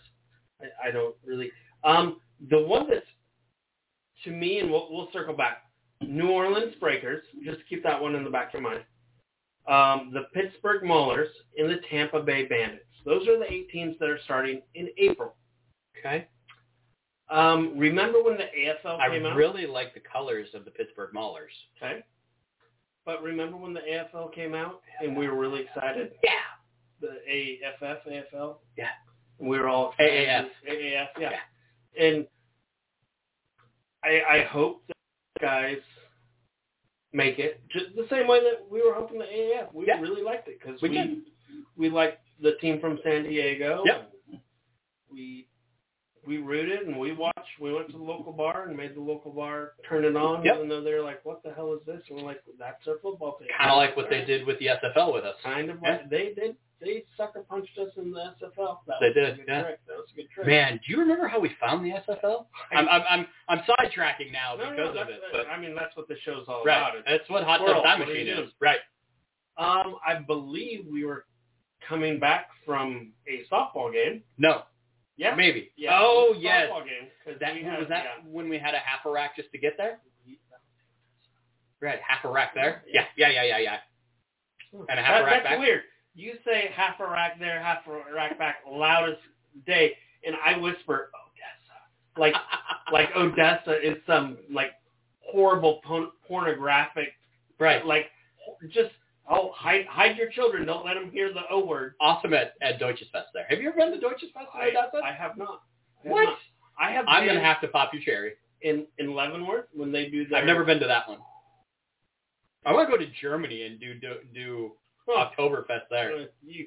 [SPEAKER 5] I, I don't really. Um, the one that's to me, and we'll, we'll circle back. New Orleans Breakers. Just keep that one in the back of your mind. Um, the Pittsburgh Maulers and the Tampa Bay Bandits. Those are the eight teams that are starting in April.
[SPEAKER 6] Okay.
[SPEAKER 5] Um, remember when the AFL
[SPEAKER 6] I
[SPEAKER 5] came out?
[SPEAKER 6] really like the colors of the Pittsburgh Maulers.
[SPEAKER 5] Okay. But remember when the AFL came out and we were really excited?
[SPEAKER 6] Yeah.
[SPEAKER 5] The AFF, AFL?
[SPEAKER 6] Yeah.
[SPEAKER 5] We were all
[SPEAKER 6] AAF.
[SPEAKER 5] AAF, yeah. And I, I hope that the guys make it just the same way that we were hoping the AAF. We
[SPEAKER 6] Yeah.
[SPEAKER 5] really liked it because
[SPEAKER 6] We
[SPEAKER 5] we,
[SPEAKER 6] did.
[SPEAKER 5] we liked the team from San Diego.
[SPEAKER 6] Yep.
[SPEAKER 5] We we rooted and we watched. We went to the local bar and made the local bar turn it on,
[SPEAKER 6] Yep.
[SPEAKER 5] even though they're like, "What the hell is this?" And we're like, "That's our football team."
[SPEAKER 6] Kind of like what they did with the SFL with us.
[SPEAKER 5] Kind of like they did. They sucker punched us in the SFL. That
[SPEAKER 6] They
[SPEAKER 5] was
[SPEAKER 6] did,
[SPEAKER 5] A good
[SPEAKER 6] yeah.
[SPEAKER 5] trick. That was a good trick.
[SPEAKER 6] Man, do you remember how we found the SFL? I'm I'm I'm, I'm sidetracking now
[SPEAKER 5] No, no,
[SPEAKER 6] because of
[SPEAKER 5] that's-
[SPEAKER 6] it, but
[SPEAKER 5] I mean, that's what the show's all
[SPEAKER 6] right,
[SPEAKER 5] about. It's-
[SPEAKER 6] that's what hot tub
[SPEAKER 5] Squirrel,
[SPEAKER 6] time
[SPEAKER 5] what do
[SPEAKER 6] machine
[SPEAKER 5] you do?
[SPEAKER 6] is. Right.
[SPEAKER 5] Um, I believe we were coming back from a softball game.
[SPEAKER 6] No.
[SPEAKER 5] Yeah.
[SPEAKER 6] Maybe.
[SPEAKER 5] Yeah.
[SPEAKER 6] Oh
[SPEAKER 5] it was a
[SPEAKER 6] yes.
[SPEAKER 5] Softball game. 'cause
[SPEAKER 6] That
[SPEAKER 5] we
[SPEAKER 6] was
[SPEAKER 5] had-
[SPEAKER 6] that
[SPEAKER 5] yeah.
[SPEAKER 6] when we had a half a rack just to get there. Right, half a rack there. Yeah, yeah, yeah, yeah, yeah. And a half
[SPEAKER 5] That-
[SPEAKER 6] a rack
[SPEAKER 5] that's
[SPEAKER 6] back.
[SPEAKER 5] weird. You say half a rack there, half a rack back, loud as day, and I whisper Odessa, like like Odessa is some like horrible pon- pornographic,
[SPEAKER 6] right.
[SPEAKER 5] like just oh hide hide your children, don't let them hear the O word.
[SPEAKER 6] Awesome at, at Deutsches Fest there. Have you ever been to Deutsches Fest in
[SPEAKER 5] I,
[SPEAKER 6] Odessa?
[SPEAKER 5] I have not. I have
[SPEAKER 6] what?
[SPEAKER 5] not. I have.
[SPEAKER 6] I'm gonna
[SPEAKER 5] been
[SPEAKER 6] have to pop your cherry.
[SPEAKER 5] in in Leavenworth when they do their.
[SPEAKER 6] I've never been to that one. I want to go to Germany and do do, do
[SPEAKER 5] Huh.
[SPEAKER 6] Oktoberfest there.
[SPEAKER 5] You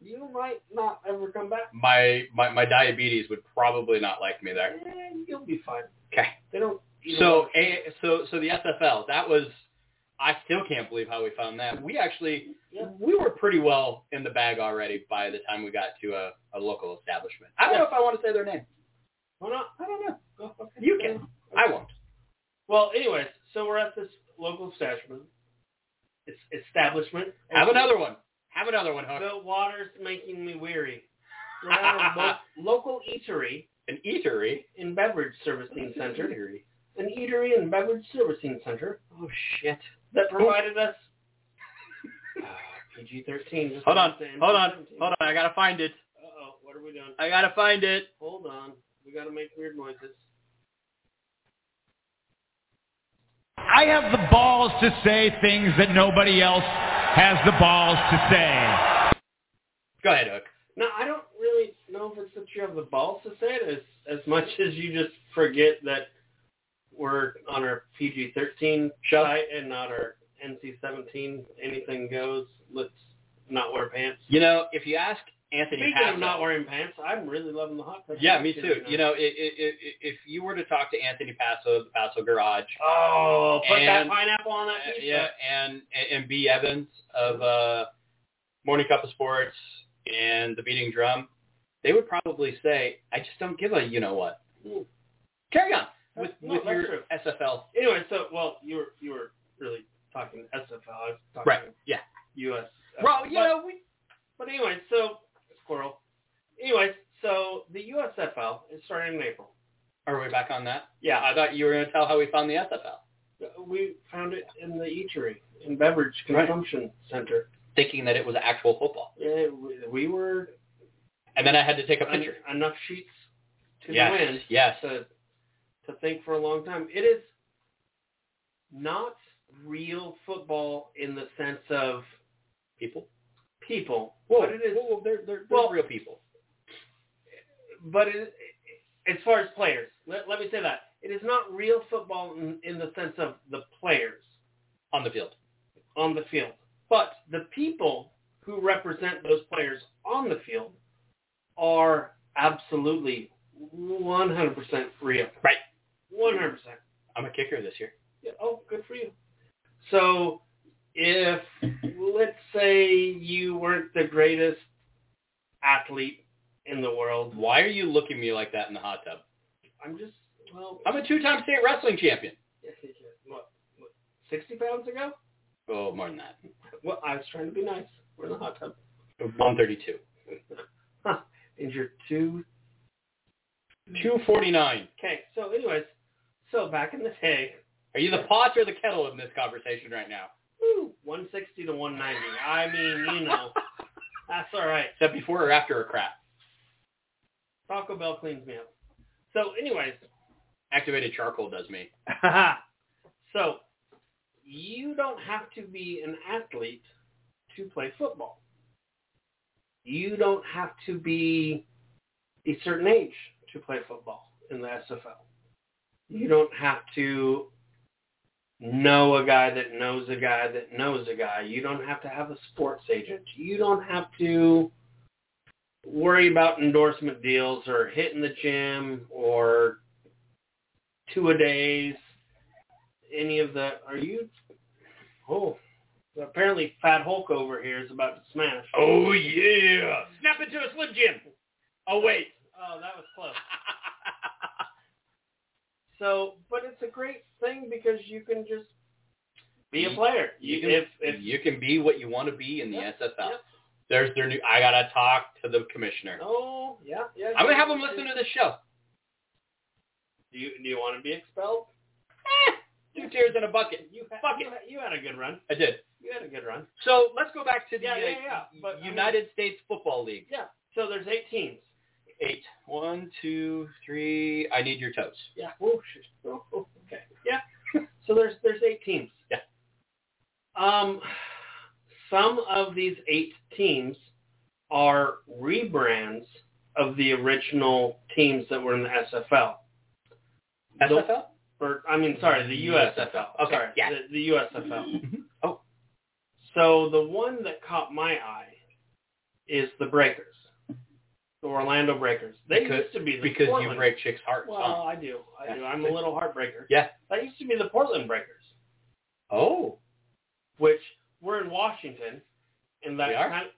[SPEAKER 5] you might not ever come back.
[SPEAKER 6] My, my my diabetes would probably not like me there.
[SPEAKER 5] Eh, you'll be fine.
[SPEAKER 6] Okay.
[SPEAKER 5] They don't. eat a lot
[SPEAKER 6] So
[SPEAKER 5] of-
[SPEAKER 6] a, so so the SFL that was I still can't believe how we found that. We actually we were pretty well in the bag already by the time we got to a, a local establishment. I don't know if I want to say their name.
[SPEAKER 5] Why not?
[SPEAKER 6] I don't know.
[SPEAKER 5] Go- okay.
[SPEAKER 6] You can. I won't.
[SPEAKER 5] Well, anyways, so we're at this local establishment. It's establishment.
[SPEAKER 6] Have another one. Have another one, Hook.
[SPEAKER 5] The water's making me weary. We're at a lo- local eatery
[SPEAKER 6] An eatery.
[SPEAKER 5] and beverage servicing center. An eatery and beverage servicing center
[SPEAKER 6] Oh shit.
[SPEAKER 5] that provided us Ah, PG-13. just
[SPEAKER 6] Hold on.
[SPEAKER 5] like saying
[SPEAKER 6] Hold on.
[SPEAKER 5] PG-13.
[SPEAKER 6] Hold on. I gotta find it.
[SPEAKER 5] Uh-oh, what are we doing?
[SPEAKER 6] I gotta find it.
[SPEAKER 5] Hold on. We gotta make weird noises.
[SPEAKER 4] I have the balls to say things that nobody else has the balls to say.
[SPEAKER 6] Go ahead, Hook.
[SPEAKER 5] No, I don't really know if it's that you have the balls to say it as, as much as you just forget that we're on our PG-13
[SPEAKER 6] Show.
[SPEAKER 5] site and not our NC-17. Anything goes. Let's not wear pants.
[SPEAKER 6] You know, if you ask Anthony
[SPEAKER 5] Speaking
[SPEAKER 6] Hassel,
[SPEAKER 5] of not wearing pants, I'm really loving the hot pants.
[SPEAKER 6] yeah, me too. You know, i i i if you were to talk to Anthony Paso, of the Paso Garage,
[SPEAKER 5] Oh, put
[SPEAKER 6] And-
[SPEAKER 5] that pineapple on that
[SPEAKER 6] uh,
[SPEAKER 5] pizza.
[SPEAKER 6] yeah, and and B Evans of uh, Morning Cup of Sports and the Beating Drum, they would probably say, "I just don't give a you know what."
[SPEAKER 5] Mm.
[SPEAKER 6] Carry on with
[SPEAKER 5] No,
[SPEAKER 6] with
[SPEAKER 5] that's
[SPEAKER 6] your
[SPEAKER 5] true.
[SPEAKER 6] SFL.
[SPEAKER 5] Anyway, so well, you were you were really talking SFL. I was talking
[SPEAKER 6] Right. Yeah.
[SPEAKER 5] U.S.
[SPEAKER 6] Well, you
[SPEAKER 5] but,
[SPEAKER 6] know, we
[SPEAKER 5] But anyway, so squirrel. Anyway, so the USFL is starting in April.
[SPEAKER 6] are we back on that?
[SPEAKER 5] Yeah,
[SPEAKER 6] I thought you were going to tell how we found the SFL,
[SPEAKER 5] we found it in the eatery and beverage
[SPEAKER 6] Right.
[SPEAKER 5] consumption center.
[SPEAKER 6] thinking that it was actual football,
[SPEAKER 5] Yeah, we- we were
[SPEAKER 6] and then I had to take a
[SPEAKER 5] un-
[SPEAKER 6] picture.
[SPEAKER 5] enough sheets to
[SPEAKER 6] yes.
[SPEAKER 5] the wind
[SPEAKER 6] Yes.
[SPEAKER 5] to to think for a long time. It is not real football in the sense of
[SPEAKER 6] People.
[SPEAKER 5] people,
[SPEAKER 6] Whoa,
[SPEAKER 5] but it is.
[SPEAKER 6] whoa, whoa, they're, they're, they're
[SPEAKER 5] Well-
[SPEAKER 6] real people.
[SPEAKER 5] But it, as far as players, let, let me say that it is not real football in, in the sense of the players
[SPEAKER 6] on the field.
[SPEAKER 5] on the field, but the people who represent those players on the field are absolutely 100% real.
[SPEAKER 6] Right.
[SPEAKER 5] 100%.
[SPEAKER 6] I'm a kicker this year.
[SPEAKER 5] Yeah, oh, good for you. So if, let's say you weren't the greatest athlete in the world,
[SPEAKER 6] Why are you looking at me like that in the hot tub?
[SPEAKER 5] I'm just, well,
[SPEAKER 6] I'm a two-time state wrestling champion.
[SPEAKER 5] what, what, 60 pounds ago?
[SPEAKER 6] Oh, more than that.
[SPEAKER 5] Well, I was trying to be nice. We're in the hot tub.
[SPEAKER 6] 132.
[SPEAKER 5] And you're two.
[SPEAKER 6] 249.
[SPEAKER 5] Okay, so anyways, so back in the day,
[SPEAKER 6] Are you the pot or the kettle in this conversation right now?
[SPEAKER 5] woo, 160 to 190. I mean, you know, that's all right.
[SPEAKER 6] Is that before or after a crap?
[SPEAKER 5] Taco Bell cleans me up. So anyways,
[SPEAKER 6] Activated charcoal does me.
[SPEAKER 5] so you don't have to be an athlete to play football. You don't have to be a certain age to play football in the SFL. You don't have to know a guy that knows a guy that knows a guy. You don't have to have a sports agent. You don't have to worry about endorsement deals or hitting the gym or two a days, any of that. Are you? Oh, apparently Fat Hulk over here is about to smash.
[SPEAKER 6] Oh, yeah. Snap into a Slim Jim. Oh, wait.
[SPEAKER 5] Oh, that was close. So, but it's a great thing because you can just be a
[SPEAKER 6] You-
[SPEAKER 5] player.
[SPEAKER 6] you
[SPEAKER 5] You,
[SPEAKER 6] can,
[SPEAKER 5] if if
[SPEAKER 6] you can be what you want to be in the
[SPEAKER 5] Yep,
[SPEAKER 6] SFL.
[SPEAKER 5] yep.
[SPEAKER 6] There's their new, I got to talk to the commissioner.
[SPEAKER 5] oh yeah yeah.
[SPEAKER 6] I'm going to have them listen to this show.
[SPEAKER 5] Do you do you want to be expelled?
[SPEAKER 6] Eh, two tears in a bucket.
[SPEAKER 5] You had,
[SPEAKER 6] Fuck
[SPEAKER 5] you,
[SPEAKER 6] it.
[SPEAKER 5] had, you had a good run.
[SPEAKER 6] I did.
[SPEAKER 5] You had a good run.
[SPEAKER 6] So let's go back to the
[SPEAKER 5] Yeah,
[SPEAKER 6] uh,
[SPEAKER 5] yeah, yeah. But, I mean-
[SPEAKER 6] United States Football League.
[SPEAKER 5] Yeah. So there's eight teams.
[SPEAKER 6] Eight. One, two, three. I need your toes.
[SPEAKER 5] Yeah. Oh, shit. Oh, oh, okay. Yeah. so there's there's eight teams.
[SPEAKER 6] Yeah.
[SPEAKER 5] Um, some of these eight teams are rebrands of the original teams that were in the SFL.
[SPEAKER 6] SFL?
[SPEAKER 5] Or I mean, sorry, the USFL.
[SPEAKER 6] Okay,
[SPEAKER 5] Sorry,
[SPEAKER 6] yeah.
[SPEAKER 5] the, the USFL.
[SPEAKER 6] Mhm.
[SPEAKER 5] So the one that caught my eye is the Breakers, the Orlando Breakers. They
[SPEAKER 6] Because-
[SPEAKER 5] used to be the
[SPEAKER 6] because you
[SPEAKER 5] Portland
[SPEAKER 6] break chicks' hearts.
[SPEAKER 5] Well, I do. I do. I'm a little heartbreaker.
[SPEAKER 6] Yeah.
[SPEAKER 5] That used to be the Portland Breakers.
[SPEAKER 6] huh? Oh.
[SPEAKER 5] which we're in Washington, and that
[SPEAKER 6] We are?
[SPEAKER 5] kind of,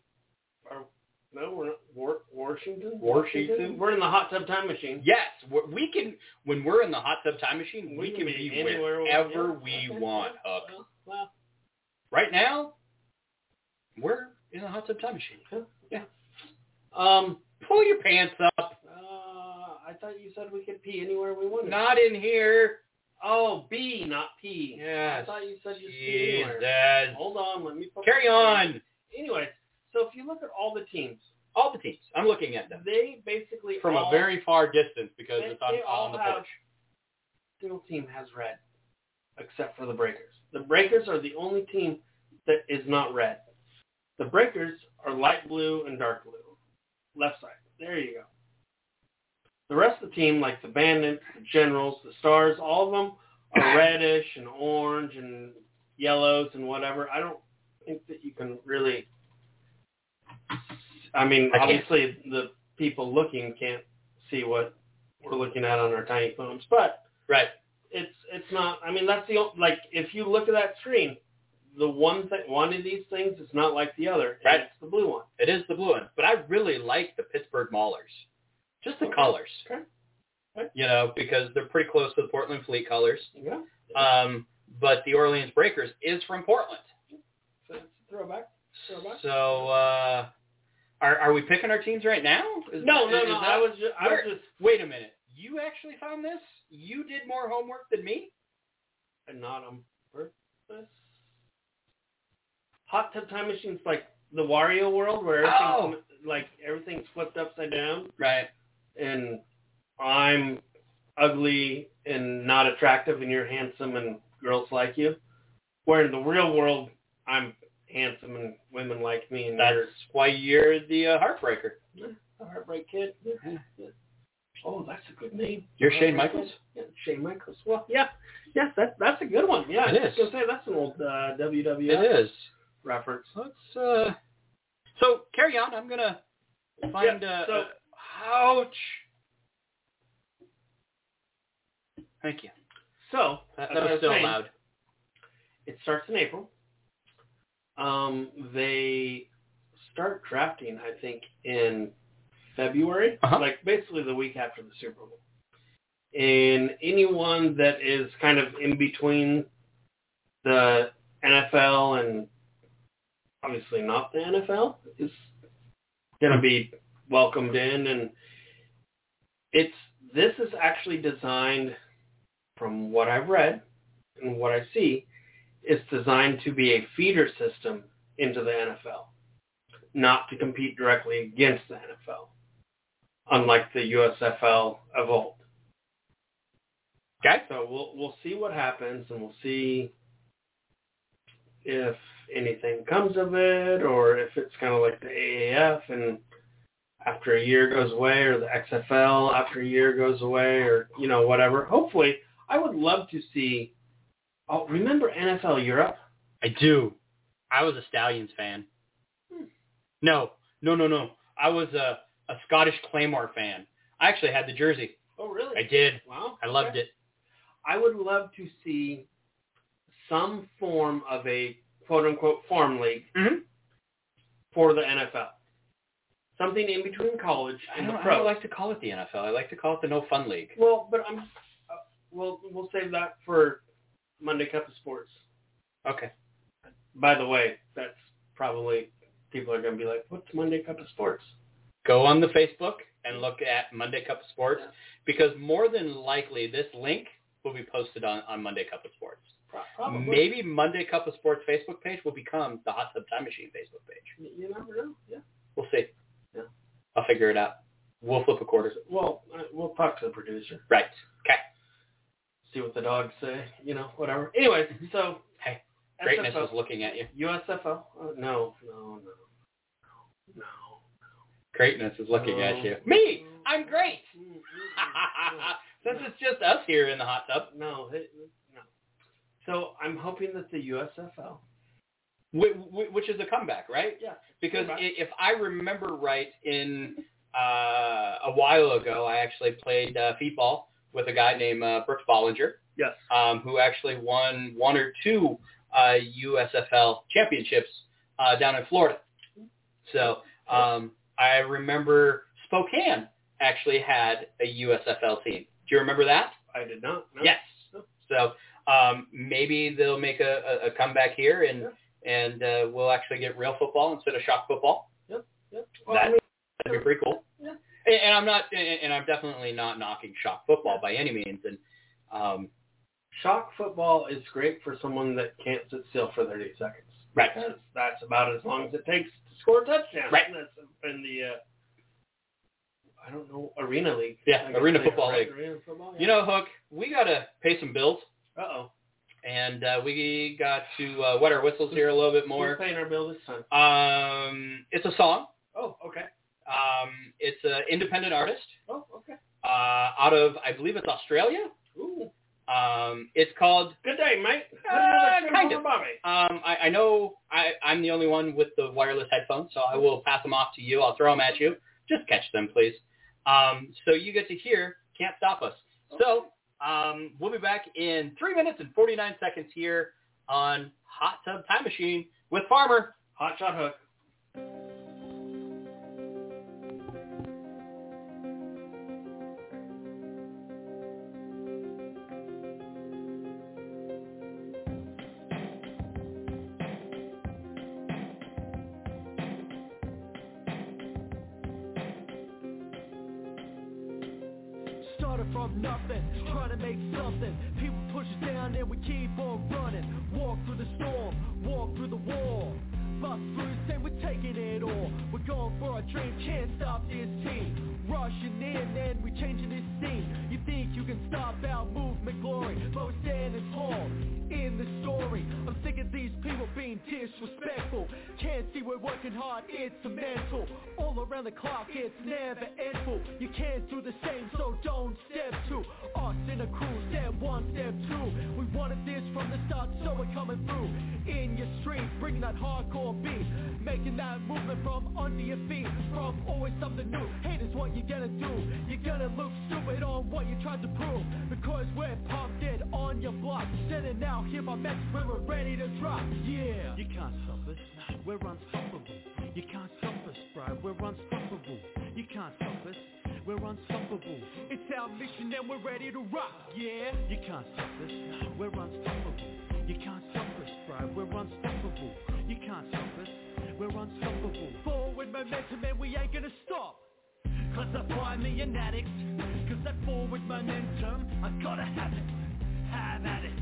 [SPEAKER 5] or, no, we're not, War, Washington?
[SPEAKER 6] Washington?
[SPEAKER 5] We're in the hot tub time machine.
[SPEAKER 6] Yes, we- we can. When we're in the hot tub time machine, we,
[SPEAKER 5] We
[SPEAKER 6] can
[SPEAKER 5] can
[SPEAKER 6] be,
[SPEAKER 5] be anywhere we
[SPEAKER 6] wherever
[SPEAKER 5] want.
[SPEAKER 6] we
[SPEAKER 5] Okay.
[SPEAKER 6] want. Huck.
[SPEAKER 5] Well, well,
[SPEAKER 6] Right now, we're in the hot tub time machine.
[SPEAKER 5] um,
[SPEAKER 6] Pull your pants up.
[SPEAKER 5] uh, I thought you said we could pee anywhere we wanted.
[SPEAKER 6] Not in here.
[SPEAKER 5] oh, B, not P.
[SPEAKER 6] Yes.
[SPEAKER 5] I thought you said you'd pee anywhere.
[SPEAKER 6] Jesus.
[SPEAKER 5] Hold on, let me put
[SPEAKER 6] Carry on.
[SPEAKER 5] Anyway, so if you look at all the teams,
[SPEAKER 6] All the teams. I'm looking at them
[SPEAKER 5] they basically
[SPEAKER 6] from
[SPEAKER 5] all,
[SPEAKER 6] a very far distance because
[SPEAKER 5] They-
[SPEAKER 6] it's on,
[SPEAKER 5] they all
[SPEAKER 6] on the
[SPEAKER 5] have-
[SPEAKER 6] porch.
[SPEAKER 5] single team has red, except for the Breakers. The Breakers are the only team that is not red. The Breakers are light blue and dark blue. Left side. There you go. The rest of the team, like the Bandits, the Generals, the Stars, all of them are reddish and orange and yellows and whatever. I don't think that you can really. I mean,
[SPEAKER 6] I can't-
[SPEAKER 5] obviously the people looking can't see what we're looking at on our tiny phones, but
[SPEAKER 6] Right.
[SPEAKER 5] it's it's not. I mean, that's the o- like if you look at that screen, the one thing one of these things is not like the other. and
[SPEAKER 6] Right.
[SPEAKER 5] It's the blue one.
[SPEAKER 6] It is the blue one, but I really like the Pittsburgh Maulers. Just the colors.
[SPEAKER 5] Okay. Okay.
[SPEAKER 6] You know, because they're pretty close to the Portland Fleet colors.
[SPEAKER 5] Yeah.
[SPEAKER 6] Um, but the Orleans Breakers is from Portland.
[SPEAKER 5] So it's a throwback. Throwback.
[SPEAKER 6] So uh, are are we picking our teams right now? Is-
[SPEAKER 5] No, no,
[SPEAKER 6] is
[SPEAKER 5] no.
[SPEAKER 6] that-
[SPEAKER 5] I was just, I was
[SPEAKER 6] where-
[SPEAKER 5] just
[SPEAKER 6] Wait a minute. You actually found this? You did more homework than me?
[SPEAKER 5] and not on purpose. Hot tub time machine's like the Wario world where everything's
[SPEAKER 6] Oh.
[SPEAKER 5] like everything's flipped upside down
[SPEAKER 6] Right.
[SPEAKER 5] and I'm ugly and not attractive and you're handsome and girls like you. Where in the real world, I'm handsome and women like me and
[SPEAKER 6] That's why you're the uh, heartbreaker.
[SPEAKER 5] you're a heartbreak kid.
[SPEAKER 6] Yeah.
[SPEAKER 5] Oh, that's a good name.
[SPEAKER 6] You're Shane Michaels?
[SPEAKER 5] Yeah, Shane Michaels. Well, yeah, yes, that, that's a good one. Yeah,
[SPEAKER 6] It
[SPEAKER 5] I was
[SPEAKER 6] is.
[SPEAKER 5] gonna say that's an old uh, WWF
[SPEAKER 6] It is.
[SPEAKER 5] reference.
[SPEAKER 6] Let's uh so carry on. I'm gonna find
[SPEAKER 5] Yeah,
[SPEAKER 6] uh
[SPEAKER 5] so-
[SPEAKER 6] ouch. Thank you.
[SPEAKER 5] So
[SPEAKER 6] That,
[SPEAKER 5] as
[SPEAKER 6] that
[SPEAKER 5] I
[SPEAKER 6] was still
[SPEAKER 5] saying,
[SPEAKER 6] loud.
[SPEAKER 5] It starts in April. Um, they start drafting, I think, in February,
[SPEAKER 6] Uh-huh.
[SPEAKER 5] like basically the week after the Super Bowl. And anyone that is kind of in between the NFL and obviously not the NFL is going to be welcomed in, and it's this is actually designed from what I've read and what I see it's designed to be a feeder system into the NFL, not to compete directly against the NFL, unlike the USFL of old.
[SPEAKER 6] Okay.
[SPEAKER 5] So we'll we'll see what happens, and we'll see if anything comes of it, or if it's kind of like the AAF, and after a year goes away, or the XFL after a year goes away, or you know whatever. Hopefully, I would love to see. Oh, remember NFL Europe?
[SPEAKER 6] I do. I was a Stallions fan. Hmm. No, no, no, no. I was a, a Scottish Claymore fan. I actually had the jersey.
[SPEAKER 5] Oh, really?
[SPEAKER 6] I did.
[SPEAKER 5] Wow.
[SPEAKER 6] I loved it.
[SPEAKER 5] I would love to see some form of a quote unquote farm league
[SPEAKER 6] Mm-hmm.
[SPEAKER 5] for the NFL. Something in between college
[SPEAKER 6] I
[SPEAKER 5] and the
[SPEAKER 6] don't,
[SPEAKER 5] pro.
[SPEAKER 6] like to call it the NFL. I like to call it the No Fun League.
[SPEAKER 5] well, but I'm. Uh, we'll we'll save that for Monday Cup of Sports.
[SPEAKER 6] Okay.
[SPEAKER 5] By the way, that's probably people are going to be like, "What's Monday Cup of Sports?"
[SPEAKER 6] Go on the Facebook and look at Monday Cup of Sports because more than likely this link will be posted on, on Monday Cup of Sports.
[SPEAKER 5] Pro- Probably.
[SPEAKER 6] Maybe Monday Cup of Sports Facebook page will become the Hot Tub Time Machine Facebook page.
[SPEAKER 5] You never know. Yeah.
[SPEAKER 6] We'll see.
[SPEAKER 5] Yeah.
[SPEAKER 6] I'll figure it out. We'll flip a quarter.
[SPEAKER 5] Well, uh, we'll talk to the producer.
[SPEAKER 6] Right. Okay.
[SPEAKER 5] see what the dogs say, you know, whatever. Anyways, so
[SPEAKER 6] Hey, Mm-hmm. Greatness was
[SPEAKER 5] SFO,
[SPEAKER 6] looking at you.
[SPEAKER 5] USFL. Oh, no, no, no, no.
[SPEAKER 6] Greatness is looking at you.
[SPEAKER 5] No.
[SPEAKER 6] Me, I'm great.
[SPEAKER 5] Mm, mm,
[SPEAKER 6] Since it's just us here in the hot tub,
[SPEAKER 5] mm, No, no, it- no. So I'm hoping that the USFL.
[SPEAKER 6] whi- whi- which is a comeback, right?
[SPEAKER 5] Yeah.
[SPEAKER 6] Because
[SPEAKER 5] Comeback.
[SPEAKER 6] i if I remember right, in uh, a while ago, I actually played uh, feetball with a guy named uh, Brooks Bollinger,
[SPEAKER 5] Yes.
[SPEAKER 6] um, who actually won one or two uh, USFL championships uh, down in Florida. So um, I remember Spokane actually had a USFL team. Do you remember that?
[SPEAKER 5] I did not. No.
[SPEAKER 6] Yes. So um, maybe they'll make a, a, a comeback here, and and uh, we'll actually get real football instead of shock football.
[SPEAKER 5] Yep.
[SPEAKER 6] That- That'd be pretty cool.
[SPEAKER 5] Yeah.
[SPEAKER 6] And, and I'm not, and and I'm definitely not knocking shock football by any means. And um,
[SPEAKER 5] shock football is great for someone that can't sit still for 30 seconds.
[SPEAKER 6] Right.
[SPEAKER 5] That's, that's about as long as it takes to score a touchdown.
[SPEAKER 6] Right.
[SPEAKER 5] That's in the, uh, I don't know, Arena League.
[SPEAKER 6] Yeah,
[SPEAKER 5] I guess
[SPEAKER 6] Arena
[SPEAKER 5] they-
[SPEAKER 6] Football
[SPEAKER 5] right,
[SPEAKER 6] League.
[SPEAKER 5] Arena Football,
[SPEAKER 6] you know, Hook, we gotta pay some bills,
[SPEAKER 5] Uh-oh.
[SPEAKER 6] and uh, we got to uh, wet our whistles here a little bit
[SPEAKER 5] We're
[SPEAKER 6] more.
[SPEAKER 5] paying our bill this time.
[SPEAKER 6] Um, it's a song.
[SPEAKER 5] Oh, okay.
[SPEAKER 6] Um, it's an independent artist
[SPEAKER 5] Oh, okay.
[SPEAKER 6] uh, out of, I believe it's Australia.
[SPEAKER 5] Ooh.
[SPEAKER 6] Um, it's called.
[SPEAKER 5] Good day, mate.
[SPEAKER 6] Uh,
[SPEAKER 5] Good
[SPEAKER 6] kind
[SPEAKER 5] for
[SPEAKER 6] of.
[SPEAKER 5] Bobby.
[SPEAKER 6] Um, I, I know I, I'm the only one with the wireless headphones, so I will pass them off to you. I'll throw them at you. Just catch them, please. Um, so you get to hear "Can't Stop Us." So um, we'll be back in three minutes and 49 seconds here on Hot Tub Time Machine with Farmer.
[SPEAKER 5] Hot shot hook.
[SPEAKER 7] Started from nothing, trying to make something. People push us down and we keep on running. Walk through the storm, walk through the wall. Bust through, say we're taking it all. We're going for our dream, can't stop this team. Rushing in and we changing this scene. You think you can stop our movement glory, but we're standing tall in the story. I'm sick of these people being disrespectful. Can't see we're working hard, it's a mental. All around the clock, it's never endful. You can't do the same, so don't step two. Us in a crew, step one, step two. We wanted this from the start, so we're coming through. In your street, bringing that hardcore beat. Making that movement from under your feet. From always something new. Hate is what you're gonna do. You're gonna look stupid on what you tried to prove. Because we're pumped in on your block. Sending out here my message when we're ready to drop. Yeah. You can't stop us. We're unstoppable. You can't stop us, bro. We're unstoppable. You can't stop us. We're unstoppable. It's our mission and we're ready to rock. Yeah. You can't stop us. We're unstoppable. You can't stop us, bro. We're unstoppable. You can't stop us. We're unstoppable. Forward momentum and we ain't gonna stop. Cause that's why me an addict Cause that forward momentum I gotta have it, have at it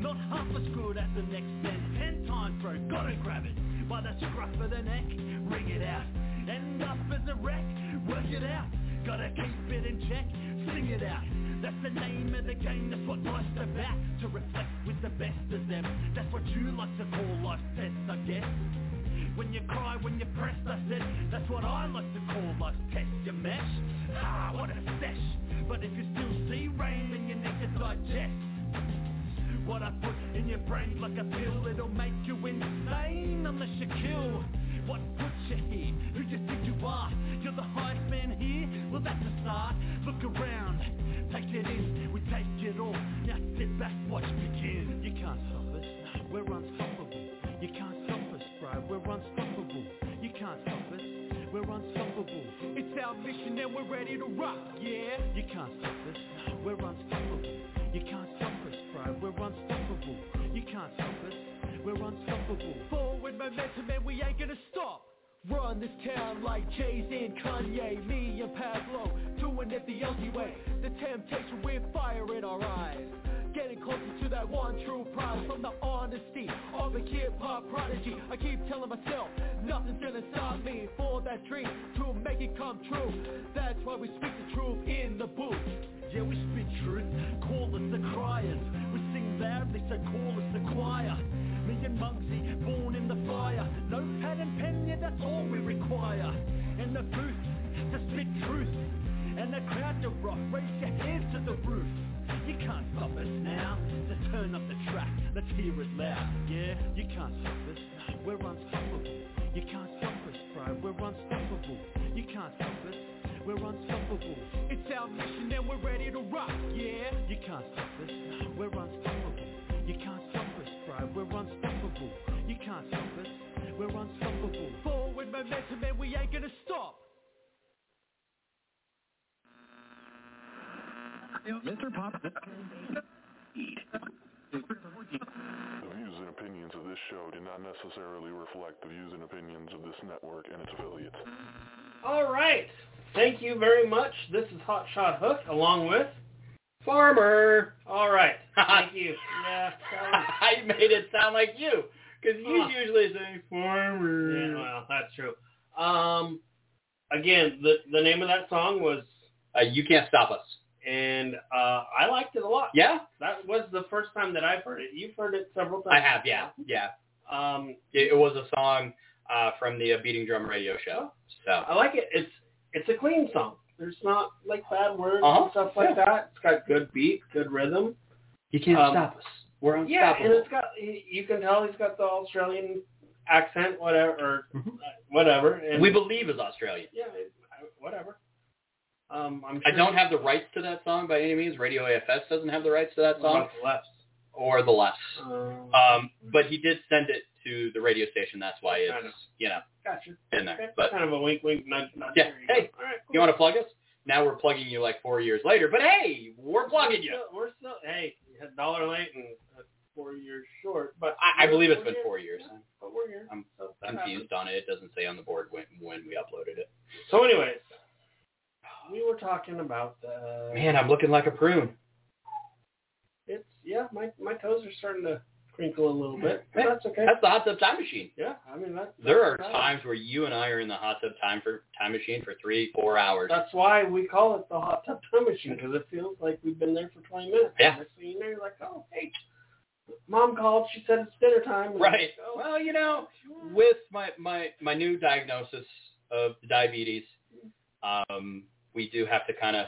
[SPEAKER 7] Not half as good as the next man Ten times bro, gotta grab it By the scruff of the neck, ring it out End up as a wreck, work it out Gotta keep it in check, sing it out That's the name of the game, that's what life's about To reflect with the best of them That's what you like to call life's test, I guess when you cry, when you press, I said, that's what I like to call life's test, you mesh. Ah, what a sesh. But if you still see rain, then you need to digest. What I put in your brain like a pill, it'll make you insane unless you kill. What put you here? Who you think you are? You're the highest man here? Well, that's a start. Look around, take it in, we take it all. Now sit back, watch begin. You can't stop us, we're unstoppable. You can't stop us, bro, we're unstoppable. You can't stop us, we're unstoppable. It's our mission and we're ready to rock, yeah. You can't stop us, we're unstoppable. You can't stop us, bro, we're unstoppable. You can't stop us, we're unstoppable. Forward momentum and we ain't gonna stop. Run this town like Jay-Z and Kanye, me and Pablo, doing it the only way. The temptation with fire in our eyes. Getting closer to that one true prize from the honesty of a kid pop prodigy. I keep telling myself nothing's gonna stop me for that dream to make it come true. That's why we speak the truth in the booth. Yeah, we speak truth, call us the criers. We sing loudly, so call us the choir. Me and Muggsy, born in the fire. Notepad and pen, yeah, that's all we require. In the booth, to spit truth. And the crowd to rock, raise your hands to the roof. You can't stop us now. Just turn up the track, let's hear it loud. Yeah, you can't stop us. We're unstoppable. You can't stop us, bro. We're unstoppable. You can't stop us. We're unstoppable. It's our mission and we're ready to rock. Yeah, you can't stop us. We're unstoppable. You can't stop us, bro. ride, we're unstoppable. You can't stop us, we're unstoppable. Forward momentum and we ain't gonna stop.
[SPEAKER 8] Mr. Pop.
[SPEAKER 3] The views and opinions of this show do not necessarily reflect the views and opinions of this network and its affiliates.
[SPEAKER 5] All right. Thank you very much. This is Hot Shot Hook along with.
[SPEAKER 6] Farmer.
[SPEAKER 5] All right. Thank you. Yeah. sorry.
[SPEAKER 6] I made it sound like you, because you
[SPEAKER 5] Huh.
[SPEAKER 6] usually say farmer.
[SPEAKER 5] Yeah, well, that's true. Um, again, the the name of that song was,
[SPEAKER 6] uh, you can't stop us.
[SPEAKER 5] and uh, I liked it a lot.
[SPEAKER 6] Yeah,
[SPEAKER 5] That was the first time that I've heard it. You've heard it several times.
[SPEAKER 6] I have. Yeah, yeah.
[SPEAKER 5] Um,
[SPEAKER 6] It, it was a song uh, from the uh, Beating Drum Radio Show. So
[SPEAKER 5] I like it. It's it's a clean song. There's not like bad words
[SPEAKER 6] Uh-huh.
[SPEAKER 5] and stuff like
[SPEAKER 6] Yeah.
[SPEAKER 5] that. It's got good beat, good rhythm.
[SPEAKER 6] you can't
[SPEAKER 5] Um,
[SPEAKER 6] stop us. We're
[SPEAKER 5] Yeah, and
[SPEAKER 6] unstoppable.
[SPEAKER 5] it's got y- you can tell he's got the Australian accent, whatever, or
[SPEAKER 6] Mhm.
[SPEAKER 5] whatever. And
[SPEAKER 6] we believe is Australian.
[SPEAKER 5] yeah, it, I- whatever. Um, I'm
[SPEAKER 6] I
[SPEAKER 5] sure
[SPEAKER 6] don't have the rights to that song by any means. Radio AFS doesn't have the rights to that
[SPEAKER 5] What
[SPEAKER 6] song
[SPEAKER 5] about the left.
[SPEAKER 6] or the less.
[SPEAKER 5] Um,
[SPEAKER 6] Um, but he did send it to the radio station. That's why
[SPEAKER 5] I
[SPEAKER 6] it's
[SPEAKER 5] know.
[SPEAKER 6] you know
[SPEAKER 5] gotcha.
[SPEAKER 6] in
[SPEAKER 5] Okay,
[SPEAKER 6] there. But
[SPEAKER 5] kind of a wink, wink, nudge, nudge.
[SPEAKER 6] Yeah,
[SPEAKER 5] There you
[SPEAKER 6] hey,
[SPEAKER 5] go. All right, cool.
[SPEAKER 6] you want to plug us? Now we're plugging you like four years later. But hey, we're plugging you.
[SPEAKER 5] We're still, we're still hey, a dollar late and uh, four years short, but
[SPEAKER 6] I, I
[SPEAKER 5] we're-
[SPEAKER 6] believe it's
[SPEAKER 5] we're
[SPEAKER 6] been
[SPEAKER 5] here.
[SPEAKER 6] four years.
[SPEAKER 5] Yeah, but we're here.
[SPEAKER 6] I'm
[SPEAKER 5] so that happens.
[SPEAKER 6] confused on it. It doesn't say on the board when, when we uploaded it.
[SPEAKER 5] So, anyways, we were talking about the
[SPEAKER 6] Man, I'm looking like a prune.
[SPEAKER 5] It's yeah, my my toes are starting to crinkle a little bit, but
[SPEAKER 6] Yeah.
[SPEAKER 5] that's okay.
[SPEAKER 6] That's the hot tub time machine.
[SPEAKER 5] yeah, I mean that.
[SPEAKER 6] There are
[SPEAKER 5] that's fine.
[SPEAKER 6] times where you and I are in the hot tub time for time machine for three, four hours.
[SPEAKER 5] That's why we call it the hot tub time machine because it feels like we've been there for 20 minutes.
[SPEAKER 6] Yeah.
[SPEAKER 5] Next thing you know, you're like, oh hey, mom called. She said it's dinner time. And
[SPEAKER 6] Right.
[SPEAKER 5] Oh,
[SPEAKER 6] Well, you know, with my my my new diagnosis of diabetes, um, we do have to kind of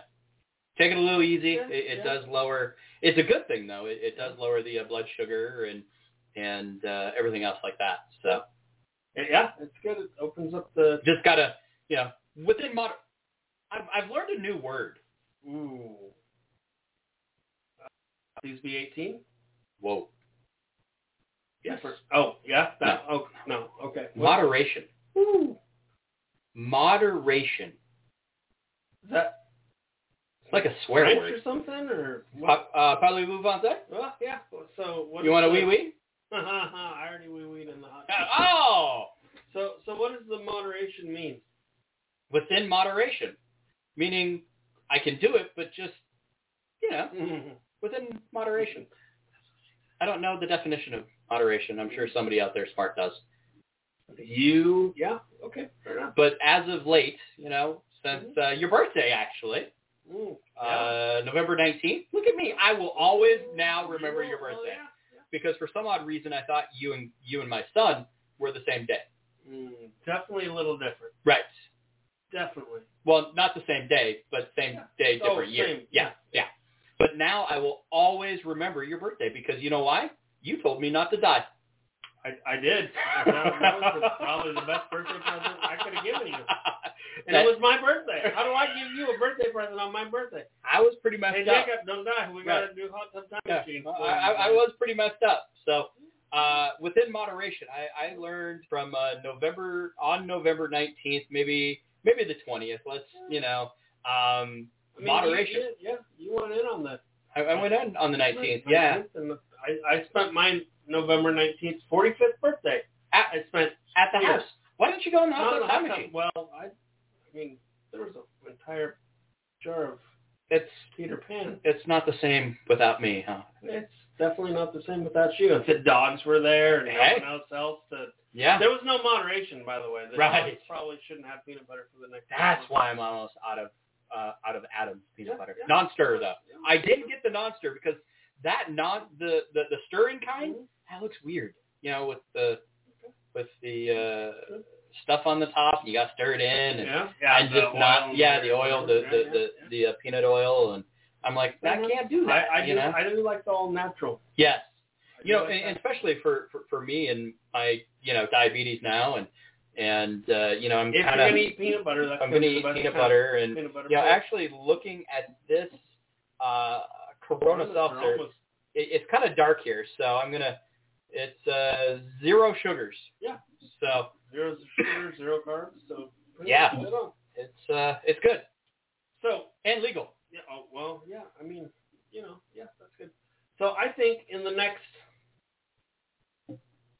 [SPEAKER 6] take it a little easy.
[SPEAKER 5] Yeah,
[SPEAKER 6] it it
[SPEAKER 5] yeah.
[SPEAKER 6] does lower. It's a good thing though. It, it does lower the uh, blood sugar and and uh, everything else like that. So
[SPEAKER 5] yeah, it's good. It opens up the
[SPEAKER 6] just gotta you know within moder. I've I've learned a new word.
[SPEAKER 5] Ooh. Uh, Please be 18?
[SPEAKER 6] Whoa,
[SPEAKER 5] Yes. Oh, yeah? That, Oh, no. Okay. What-
[SPEAKER 6] moderation.
[SPEAKER 5] Ooh.
[SPEAKER 6] Moderation.
[SPEAKER 5] Is that
[SPEAKER 6] It's like a swear
[SPEAKER 5] French
[SPEAKER 6] word.
[SPEAKER 5] or something? Or what?
[SPEAKER 6] Pa- Uh, parlez-vous français?
[SPEAKER 5] Well, yeah. So what
[SPEAKER 6] You
[SPEAKER 5] is
[SPEAKER 6] want a
[SPEAKER 5] the-
[SPEAKER 6] wee wee?
[SPEAKER 5] I already wee weed in the hot tub.
[SPEAKER 6] Oh.
[SPEAKER 5] So, so what does the moderation mean?
[SPEAKER 6] within moderation, meaning I can do it, but just you know within moderation. I don't know the definition of moderation. I'm sure somebody out there smart does.
[SPEAKER 5] you. Yeah. Okay. Fair enough.
[SPEAKER 6] But as of late, you know, since uh, your birthday actually,
[SPEAKER 5] Ooh, Mm-hmm. yeah.
[SPEAKER 6] uh, November 19th. Look at me. I will always now remember
[SPEAKER 5] You-
[SPEAKER 6] your
[SPEAKER 5] oh,
[SPEAKER 6] birthday
[SPEAKER 5] yeah,
[SPEAKER 6] because for some odd reason I thought you and you and my son were the same day.
[SPEAKER 5] yeah. Mm, definitely a little different.
[SPEAKER 6] Right.
[SPEAKER 5] Definitely.
[SPEAKER 6] Well, not the same day, but same
[SPEAKER 5] Yeah.
[SPEAKER 6] day,
[SPEAKER 5] Oh,
[SPEAKER 6] different year.
[SPEAKER 5] same.
[SPEAKER 6] Yeah, yeah. But now I will always remember your birthday because you know why? You told me not to die.
[SPEAKER 5] I, I did. That, that was the, probably the best birthday present I could have given you. And
[SPEAKER 6] That-
[SPEAKER 5] it was my birthday. How do I give you a birthday present on my birthday?
[SPEAKER 6] I was pretty messed
[SPEAKER 5] Hey,
[SPEAKER 6] up.
[SPEAKER 5] Jacob, don't die. We got to do hot tub time
[SPEAKER 6] Yeah.
[SPEAKER 5] machine.
[SPEAKER 6] I, I, I was pretty messed up. So uh, within moderation, I, I learned from uh, November on November nineteenth, maybe maybe the twentieth. Let's you know, um,
[SPEAKER 5] I mean,
[SPEAKER 6] moderation.
[SPEAKER 5] You, you, yeah, you went in on the
[SPEAKER 6] I, I went in on the nineteenth. Yeah,
[SPEAKER 5] And the- I, I spent my November 19th, 45th birthday.
[SPEAKER 6] At-
[SPEAKER 5] I spent
[SPEAKER 6] at the
[SPEAKER 5] here.
[SPEAKER 6] house. Why don't you go in the
[SPEAKER 5] Not
[SPEAKER 6] house
[SPEAKER 5] in
[SPEAKER 6] on
[SPEAKER 5] the
[SPEAKER 6] the time
[SPEAKER 5] hot tub.
[SPEAKER 6] machine?
[SPEAKER 5] Well, I, I mean, there was an entire jar of
[SPEAKER 6] It's
[SPEAKER 5] Peter Pan.
[SPEAKER 6] it's not the same without me, huh?
[SPEAKER 5] It's definitely not the same without you. If the dogs were there and
[SPEAKER 6] Hey.
[SPEAKER 5] no one else else, to,
[SPEAKER 6] Yeah.
[SPEAKER 5] there was no moderation, by the way. The
[SPEAKER 6] Right.
[SPEAKER 5] dogs probably shouldn't have peanut butter for the next.
[SPEAKER 6] That's why I'm almost out of uh, out of Adam's peanut
[SPEAKER 5] Yeah,
[SPEAKER 6] butter.
[SPEAKER 5] yeah.
[SPEAKER 6] Non-stir though. I didn't get the non-stir because that non the, the the stirring kind that looks weird. You know, with the with the uh, stuff on the top, and you got to stir it in, and,
[SPEAKER 5] Yeah, yeah,
[SPEAKER 6] and just
[SPEAKER 5] the
[SPEAKER 6] not
[SPEAKER 5] oil.
[SPEAKER 6] yeah the oil, the the the,
[SPEAKER 5] Yeah,
[SPEAKER 6] the uh, peanut oil, and I'm like I
[SPEAKER 5] Mhm.
[SPEAKER 6] can't do
[SPEAKER 5] yeah.
[SPEAKER 6] that.
[SPEAKER 5] I, I
[SPEAKER 6] you
[SPEAKER 5] do.
[SPEAKER 6] know?
[SPEAKER 5] I do like the all natural.
[SPEAKER 6] yes.
[SPEAKER 5] I do
[SPEAKER 6] you know,
[SPEAKER 5] like
[SPEAKER 6] and,
[SPEAKER 5] that.
[SPEAKER 6] and especially for, for for me and my you know diabetes now, and and uh, you know I'm
[SPEAKER 5] if
[SPEAKER 6] kind
[SPEAKER 5] you're
[SPEAKER 6] of
[SPEAKER 5] gonna eat peanut butter, that's
[SPEAKER 6] I'm gonna
[SPEAKER 5] the
[SPEAKER 6] eat
[SPEAKER 5] best
[SPEAKER 6] peanut
[SPEAKER 5] kind of
[SPEAKER 6] butter and
[SPEAKER 5] Peanut butter.
[SPEAKER 6] you know,
[SPEAKER 5] pie.
[SPEAKER 6] actually looking at this uh, Corona
[SPEAKER 5] They're
[SPEAKER 6] seltzer,
[SPEAKER 5] almost-
[SPEAKER 6] it, it's kind of dark here, so I'm gonna It's uh, zero sugars.
[SPEAKER 5] Yeah.
[SPEAKER 6] So
[SPEAKER 5] Zero sugar, zero carbs. So pretty
[SPEAKER 6] Yeah.
[SPEAKER 5] much dead on.
[SPEAKER 6] it's uh, it's good
[SPEAKER 5] So
[SPEAKER 6] and legal.
[SPEAKER 5] yeah. Oh, well, yeah. I mean, you know, yeah, that's good. So I think in the next,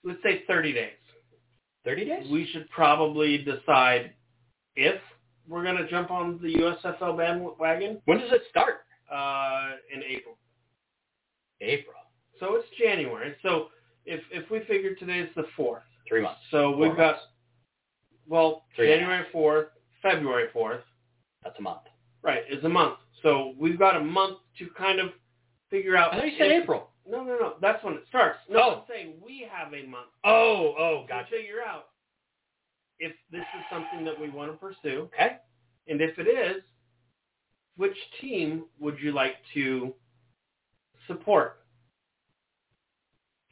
[SPEAKER 5] let's say, 30 days,
[SPEAKER 6] Thirty days.
[SPEAKER 5] we should probably decide if we're going to jump on the USFL bandwagon
[SPEAKER 6] when does it start?
[SPEAKER 5] uh, in April.
[SPEAKER 6] April.
[SPEAKER 5] So it's January. So if if we figure today's the fourth,
[SPEAKER 6] Three months.
[SPEAKER 5] so
[SPEAKER 6] Four
[SPEAKER 5] we've got
[SPEAKER 6] months.
[SPEAKER 5] well
[SPEAKER 6] Three and a
[SPEAKER 5] January fourth, February fourth,
[SPEAKER 6] That's a month.
[SPEAKER 5] right? Is a month. So we've got a month to kind of figure out.
[SPEAKER 6] I thought you said
[SPEAKER 5] if-
[SPEAKER 6] April.
[SPEAKER 5] No, no, no. That's when it starts. No,
[SPEAKER 6] Oh.
[SPEAKER 5] I'm saying we have a month
[SPEAKER 6] Oh, oh,
[SPEAKER 5] to figure out if this is something that we want to pursue.
[SPEAKER 6] Okay.
[SPEAKER 5] And if it is, which team would you like to support?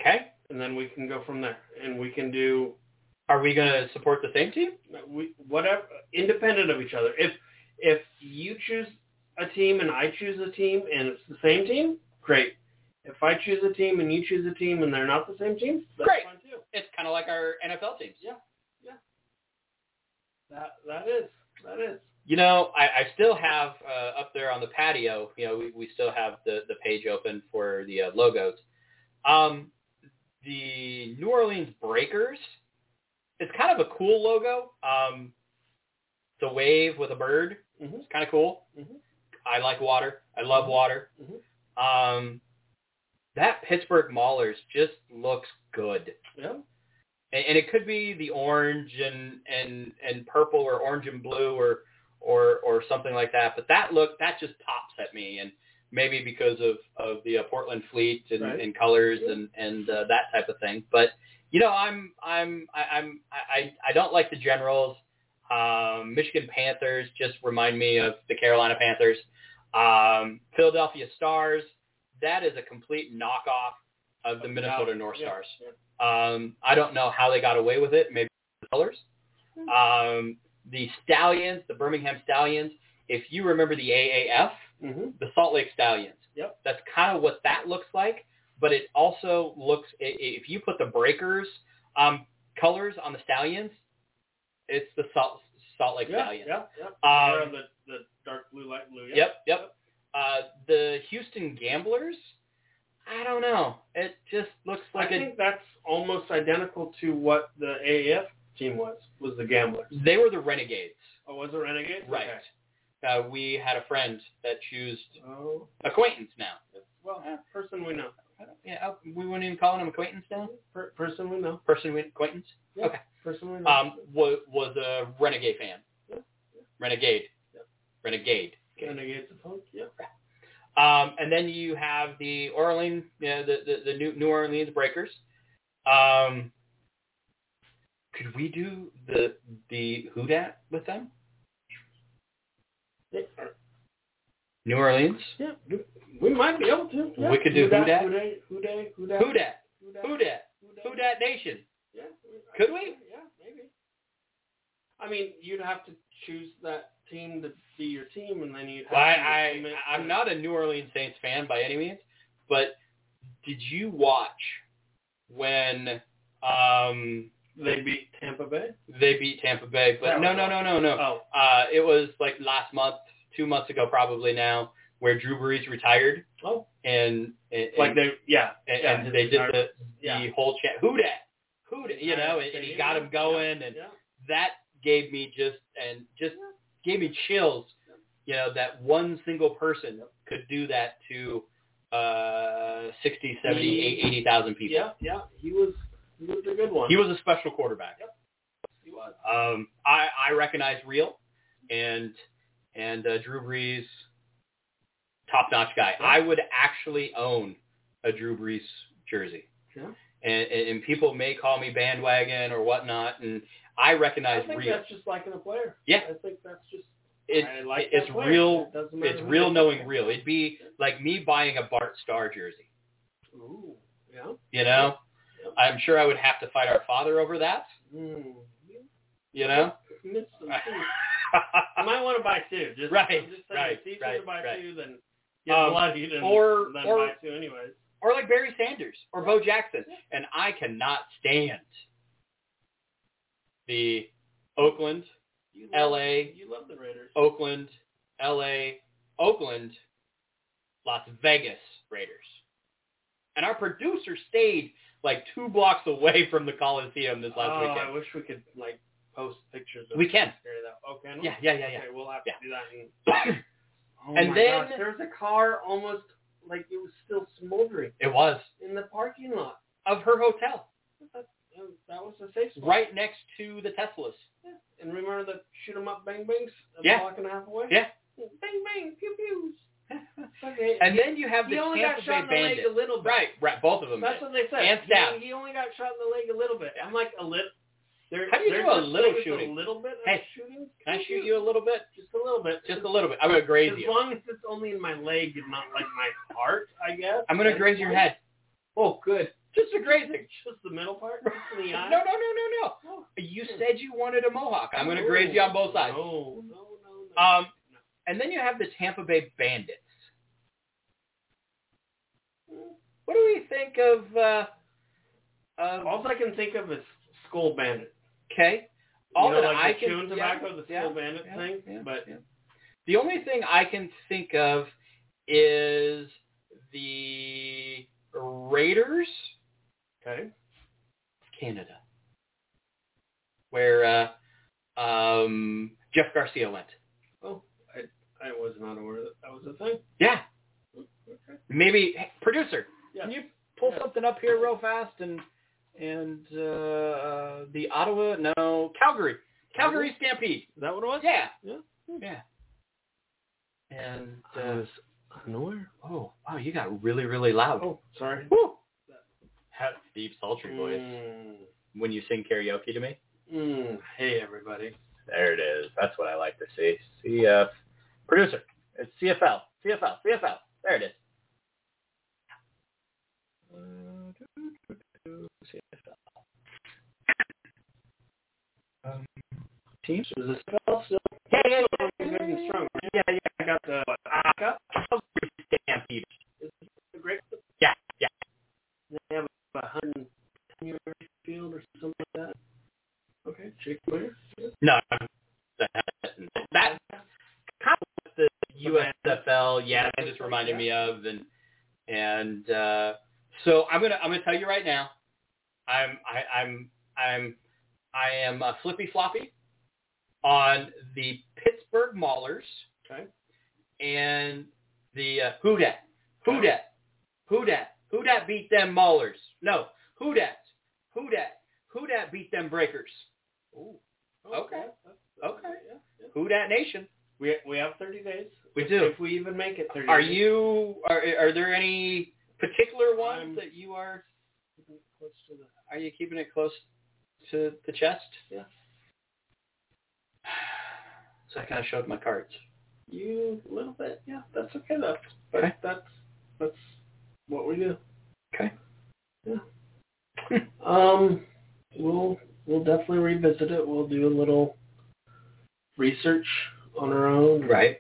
[SPEAKER 6] Okay.
[SPEAKER 5] And then we can go from there. And we can do
[SPEAKER 6] Are we going to support the same team?
[SPEAKER 5] we, whatever, independent of each other. If if you choose a team and I choose a team and it's the same team, great. If I choose a team and you choose a team and they're not the same team, that's
[SPEAKER 6] Great.
[SPEAKER 5] fine too.
[SPEAKER 6] It's kind of like our NFL teams.
[SPEAKER 5] Yeah. That that is that is
[SPEAKER 6] You know, I, I still have uh, up there on the patio. You know, we, we still have the, the page open for the uh, logos. Um, the New Orleans Breakers. It's kind of a cool logo. Um, the wave with a bird.
[SPEAKER 5] Mhm.
[SPEAKER 6] It's kind of cool.
[SPEAKER 5] Mhm.
[SPEAKER 6] I like water. I love water.
[SPEAKER 5] Mhm.
[SPEAKER 6] Um, that Pittsburgh Maulers just looks good.
[SPEAKER 5] yeah.
[SPEAKER 6] and, and it could be the orange and and and purple or orange and blue or or or something like that. But that look that just pops at me, and maybe because of of the uh, Portland fleet and,
[SPEAKER 5] Right.
[SPEAKER 6] and colors
[SPEAKER 5] Yeah.
[SPEAKER 6] and and uh, that type of thing. But you know, I'm I'm I, I'm I I- I don't like the Generals. Um, Michigan Panthers just remind me of the Carolina Panthers. Um, Philadelphia Stars. That is a complete knockoff of the
[SPEAKER 5] Of
[SPEAKER 6] Minnesota
[SPEAKER 5] Dallas,
[SPEAKER 6] North
[SPEAKER 5] yeah,
[SPEAKER 6] Stars.
[SPEAKER 5] yeah.
[SPEAKER 6] Um, I don't know how they got away with it. Maybe the colors. Um, the Stallions, the Birmingham Stallions. If you remember the AAF,
[SPEAKER 5] Mm-hmm.
[SPEAKER 6] the Salt Lake Stallions.
[SPEAKER 5] Yep.
[SPEAKER 6] That's kind of what that looks like. But it also looks i- i- if you put the Breakers um, colors on the Stallions, it's the Salt Salt Lake
[SPEAKER 5] yeah,
[SPEAKER 6] Stallions.
[SPEAKER 5] yeah, yeah.
[SPEAKER 6] Um,
[SPEAKER 5] Or the, the dark blue, light blue. Yeah.
[SPEAKER 6] Yep, yep. Uh, the Houston Gamblers. I don't know. It just looks
[SPEAKER 5] I
[SPEAKER 6] like a
[SPEAKER 5] think that's almost identical to what the AAF team was, was the Gamblers.
[SPEAKER 6] they were the Renegades.
[SPEAKER 5] Oh, was it Renegades?
[SPEAKER 6] Right.
[SPEAKER 5] Okay.
[SPEAKER 6] Uh, we had a friend that used
[SPEAKER 5] Oh,
[SPEAKER 6] acquaintance now.
[SPEAKER 5] well, person we know.
[SPEAKER 6] Yeah, uh, we wouldn't even call him acquaintance now.
[SPEAKER 5] Per- person we know.
[SPEAKER 6] Person we acquaintance
[SPEAKER 5] Person we know.
[SPEAKER 6] um, was was a renegade fan.
[SPEAKER 5] Yeah,
[SPEAKER 6] Renegade,
[SPEAKER 5] Yeah.
[SPEAKER 6] renegade.
[SPEAKER 5] Renegades of Hope. Yeah.
[SPEAKER 6] Um, and then you have the Orleans, you know, the, the the New New Orleans Breakers. Um, could we do the the Who Dat with them?
[SPEAKER 5] Yeah.
[SPEAKER 6] New Orleans.
[SPEAKER 5] yeah. we- We might be able to. Yeah.
[SPEAKER 6] We could do who dat?
[SPEAKER 5] Who dat? Who dat? Who dat? Who
[SPEAKER 6] Who Dat?
[SPEAKER 5] dat? Who
[SPEAKER 6] Who Dat?
[SPEAKER 5] dat?
[SPEAKER 6] Who Dat Nation?
[SPEAKER 5] Yeah.
[SPEAKER 6] Could we?
[SPEAKER 5] Yeah, maybe. I mean, you'd have to choose that team to be your team, and then you'd have
[SPEAKER 6] Well,
[SPEAKER 5] to
[SPEAKER 6] I,
[SPEAKER 5] commit
[SPEAKER 6] I I'm
[SPEAKER 5] to-
[SPEAKER 6] not a New Orleans Saints fan by any means, but did you watch when um
[SPEAKER 5] They beat Tampa Bay.
[SPEAKER 6] they beat Tampa Bay? But
[SPEAKER 5] That
[SPEAKER 6] no,
[SPEAKER 5] was
[SPEAKER 6] no, no, no, no.
[SPEAKER 5] Oh,
[SPEAKER 6] Uh, it was like last month, two months ago, probably now, where Drew Brees retired
[SPEAKER 5] oh,
[SPEAKER 6] and, and
[SPEAKER 5] like they, yeah,
[SPEAKER 6] and,
[SPEAKER 5] yeah,
[SPEAKER 6] and they did the
[SPEAKER 5] yeah.
[SPEAKER 6] the whole chat. Who that? Who that? You know, and, and he got him going, and that gave me just and just gave me chills. You know that one single person could do that to uh, 60, 70, 80,000 people.
[SPEAKER 5] yeah, yeah, he was, he was a good one.
[SPEAKER 6] He was a special quarterback.
[SPEAKER 5] He was.
[SPEAKER 6] Um, I, I recognize real and and uh, Drew Brees, top notch guy. I would actually own a Drew Brees jersey.
[SPEAKER 5] Yeah.
[SPEAKER 6] And, and, and people may call me bandwagon or whatnot, and I
[SPEAKER 5] I
[SPEAKER 6] recognize
[SPEAKER 5] think
[SPEAKER 6] real.
[SPEAKER 5] that's just liking a player.
[SPEAKER 6] Yeah.
[SPEAKER 5] I think that's just.
[SPEAKER 6] It's
[SPEAKER 5] I like
[SPEAKER 6] it's
[SPEAKER 5] that player.
[SPEAKER 6] real
[SPEAKER 5] It doesn't matter
[SPEAKER 6] It's
[SPEAKER 5] who
[SPEAKER 6] real
[SPEAKER 5] they-
[SPEAKER 6] knowing real. It'd be like me buying a Bart Starr jersey.
[SPEAKER 5] Ooh, yeah.
[SPEAKER 6] You know, I'm sure I would have to fight our father over that.
[SPEAKER 5] Mm.
[SPEAKER 6] You know,
[SPEAKER 5] Missed some shoes. I might want to buy two. Just,
[SPEAKER 6] Right,
[SPEAKER 5] I'm just saying,
[SPEAKER 6] right,
[SPEAKER 5] It's easier
[SPEAKER 6] right,
[SPEAKER 5] to buy
[SPEAKER 6] right.
[SPEAKER 5] two than get
[SPEAKER 6] Um,
[SPEAKER 5] bloodied and
[SPEAKER 6] or-
[SPEAKER 5] then
[SPEAKER 6] or-
[SPEAKER 5] buy two anyways.
[SPEAKER 6] or like Barry Sanders or Bo Jackson. And I cannot stand the Oakland,
[SPEAKER 5] You love,
[SPEAKER 6] LA,
[SPEAKER 5] You love the Raiders.
[SPEAKER 6] Oakland, LA, Oakland, Las Vegas Raiders. And our producer stayed like two blocks away from the Coliseum this last
[SPEAKER 5] oh, I
[SPEAKER 6] weekend.
[SPEAKER 5] wish we could like post pictures of
[SPEAKER 6] We can.
[SPEAKER 5] Here, though. Okay.
[SPEAKER 6] Yeah, yeah, yeah, yeah.
[SPEAKER 5] Okay, we'll have
[SPEAKER 6] Yeah.
[SPEAKER 5] to do that. And, oh
[SPEAKER 6] And
[SPEAKER 5] my
[SPEAKER 6] then-
[SPEAKER 5] gosh, there was a car almost like it was still smoldering
[SPEAKER 6] It was
[SPEAKER 5] in the parking lot.
[SPEAKER 6] of her hotel,
[SPEAKER 5] That, that was a safe spot.
[SPEAKER 6] right next to the Teslas.
[SPEAKER 5] Yeah. And remember the shoot 'em up bang bangs a
[SPEAKER 6] Yeah.
[SPEAKER 5] block and a half away?
[SPEAKER 6] Yeah.
[SPEAKER 5] Bang bang, pew pews. Okay.
[SPEAKER 6] And then you have the
[SPEAKER 5] he only got
[SPEAKER 6] Tampa
[SPEAKER 5] shot
[SPEAKER 6] Bay
[SPEAKER 5] in the leg
[SPEAKER 6] Bandits.
[SPEAKER 5] a little bit.
[SPEAKER 6] Right, right, both of them.
[SPEAKER 5] That's
[SPEAKER 6] did.
[SPEAKER 5] what they said.
[SPEAKER 6] And stabbed.
[SPEAKER 5] He, he only got shot in the leg a little bit. I'm like a little. There,
[SPEAKER 6] How do you
[SPEAKER 5] there's
[SPEAKER 6] do a
[SPEAKER 5] such
[SPEAKER 6] little
[SPEAKER 5] thing as
[SPEAKER 6] shooting?
[SPEAKER 5] A little bit of
[SPEAKER 6] Hey,
[SPEAKER 5] shooting.
[SPEAKER 6] Can I shoot you a little bit?
[SPEAKER 5] Just a little bit.
[SPEAKER 6] Just a little bit. I'm gonna graze
[SPEAKER 5] As
[SPEAKER 6] you.
[SPEAKER 5] long as it's only in my leg and not like my heart, I guess.
[SPEAKER 6] I'm gonna graze your head.
[SPEAKER 5] Oh, good.
[SPEAKER 6] Just a grazing.
[SPEAKER 5] Just the middle part. Just in the
[SPEAKER 6] No,
[SPEAKER 5] eye.
[SPEAKER 6] no, no, no, no.
[SPEAKER 5] Oh,
[SPEAKER 6] You said you wanted a mohawk. I'm gonna graze you on both sides.
[SPEAKER 5] No, no, no. no.
[SPEAKER 6] Um, and then you have the Tampa Bay Bandits. What do we think of? Uh, uh,
[SPEAKER 5] All I can think of is Skull Bandit.
[SPEAKER 6] okay.
[SPEAKER 5] You
[SPEAKER 6] All
[SPEAKER 5] know,
[SPEAKER 6] that
[SPEAKER 5] like
[SPEAKER 6] I
[SPEAKER 5] the
[SPEAKER 6] can.
[SPEAKER 5] chewing
[SPEAKER 6] yeah,
[SPEAKER 5] tobacco, the
[SPEAKER 6] yeah,
[SPEAKER 5] Skull Bandit
[SPEAKER 6] yeah,
[SPEAKER 5] thing.
[SPEAKER 6] yeah,
[SPEAKER 5] but
[SPEAKER 6] yeah. the only thing I can think of is the Raiders,
[SPEAKER 5] okay.
[SPEAKER 6] of Canada, where uh, um, Jeff Garcia went.
[SPEAKER 5] I was not aware that that was a thing.
[SPEAKER 6] Yeah.
[SPEAKER 5] Okay.
[SPEAKER 6] Maybe hey, producer.
[SPEAKER 5] Yeah.
[SPEAKER 6] Can you pull
[SPEAKER 5] Yeah.
[SPEAKER 6] something up here real fast and and uh, uh, the Ottawa? No, Calgary. Calgary Stampede.
[SPEAKER 5] Is that what it was?
[SPEAKER 6] Yeah.
[SPEAKER 5] Yeah.
[SPEAKER 6] Yeah. And
[SPEAKER 5] I
[SPEAKER 6] uh,
[SPEAKER 5] was unaware.
[SPEAKER 6] oh wow, you got really really loud.
[SPEAKER 5] Oh, sorry.
[SPEAKER 6] Woo. That deep sultry voice
[SPEAKER 5] Mm,
[SPEAKER 6] when you sing karaoke to me.
[SPEAKER 5] mm, hey, everybody.
[SPEAKER 6] There it is. That's what I like to see. CF producer. It's CFL. CFL. CFL. There it is. CFL. Um, teams.
[SPEAKER 5] Is this spell still? Yeah, yeah, yeah. Good and strong. right?
[SPEAKER 6] Yeah, yeah.
[SPEAKER 5] I got the what, Aka?
[SPEAKER 6] Calgary Stampede.
[SPEAKER 5] The great.
[SPEAKER 6] Yeah, yeah.
[SPEAKER 5] They have a hundred and ten yard field or something like that. Okay, Jake Ware.
[SPEAKER 6] No. That's kind of what the USFL, yeah, that just reminded me of, and and uh, so I'm gonna I'm gonna tell you right now, I'm I, I'm I'm I am uh, flippy floppy on the Pittsburgh Maulers
[SPEAKER 5] Okay.
[SPEAKER 6] and the uh, who dat who dat who dat who dat beat them Maulers no who dat who dat who dat beat them Breakers
[SPEAKER 5] Ooh.
[SPEAKER 6] Okay.
[SPEAKER 5] Oh, That's-
[SPEAKER 6] Okay.
[SPEAKER 5] Yeah, yeah.
[SPEAKER 6] who dat nation
[SPEAKER 5] We we have 30 days.
[SPEAKER 6] We do.
[SPEAKER 5] If we even make it 30
[SPEAKER 6] Are
[SPEAKER 5] days.
[SPEAKER 6] you are are there any particular ones
[SPEAKER 5] I'm-
[SPEAKER 6] that you are
[SPEAKER 5] Close to the-
[SPEAKER 6] are you keeping it close to the chest?
[SPEAKER 5] Yeah.
[SPEAKER 6] So I kind of showed my cards.
[SPEAKER 5] You a little bit, yeah. That's okay though. But
[SPEAKER 6] Okay.
[SPEAKER 5] that's that's what we do.
[SPEAKER 6] Okay.
[SPEAKER 5] Yeah. um, we'll we'll definitely revisit it. We'll do a little research on our own, and
[SPEAKER 6] Right.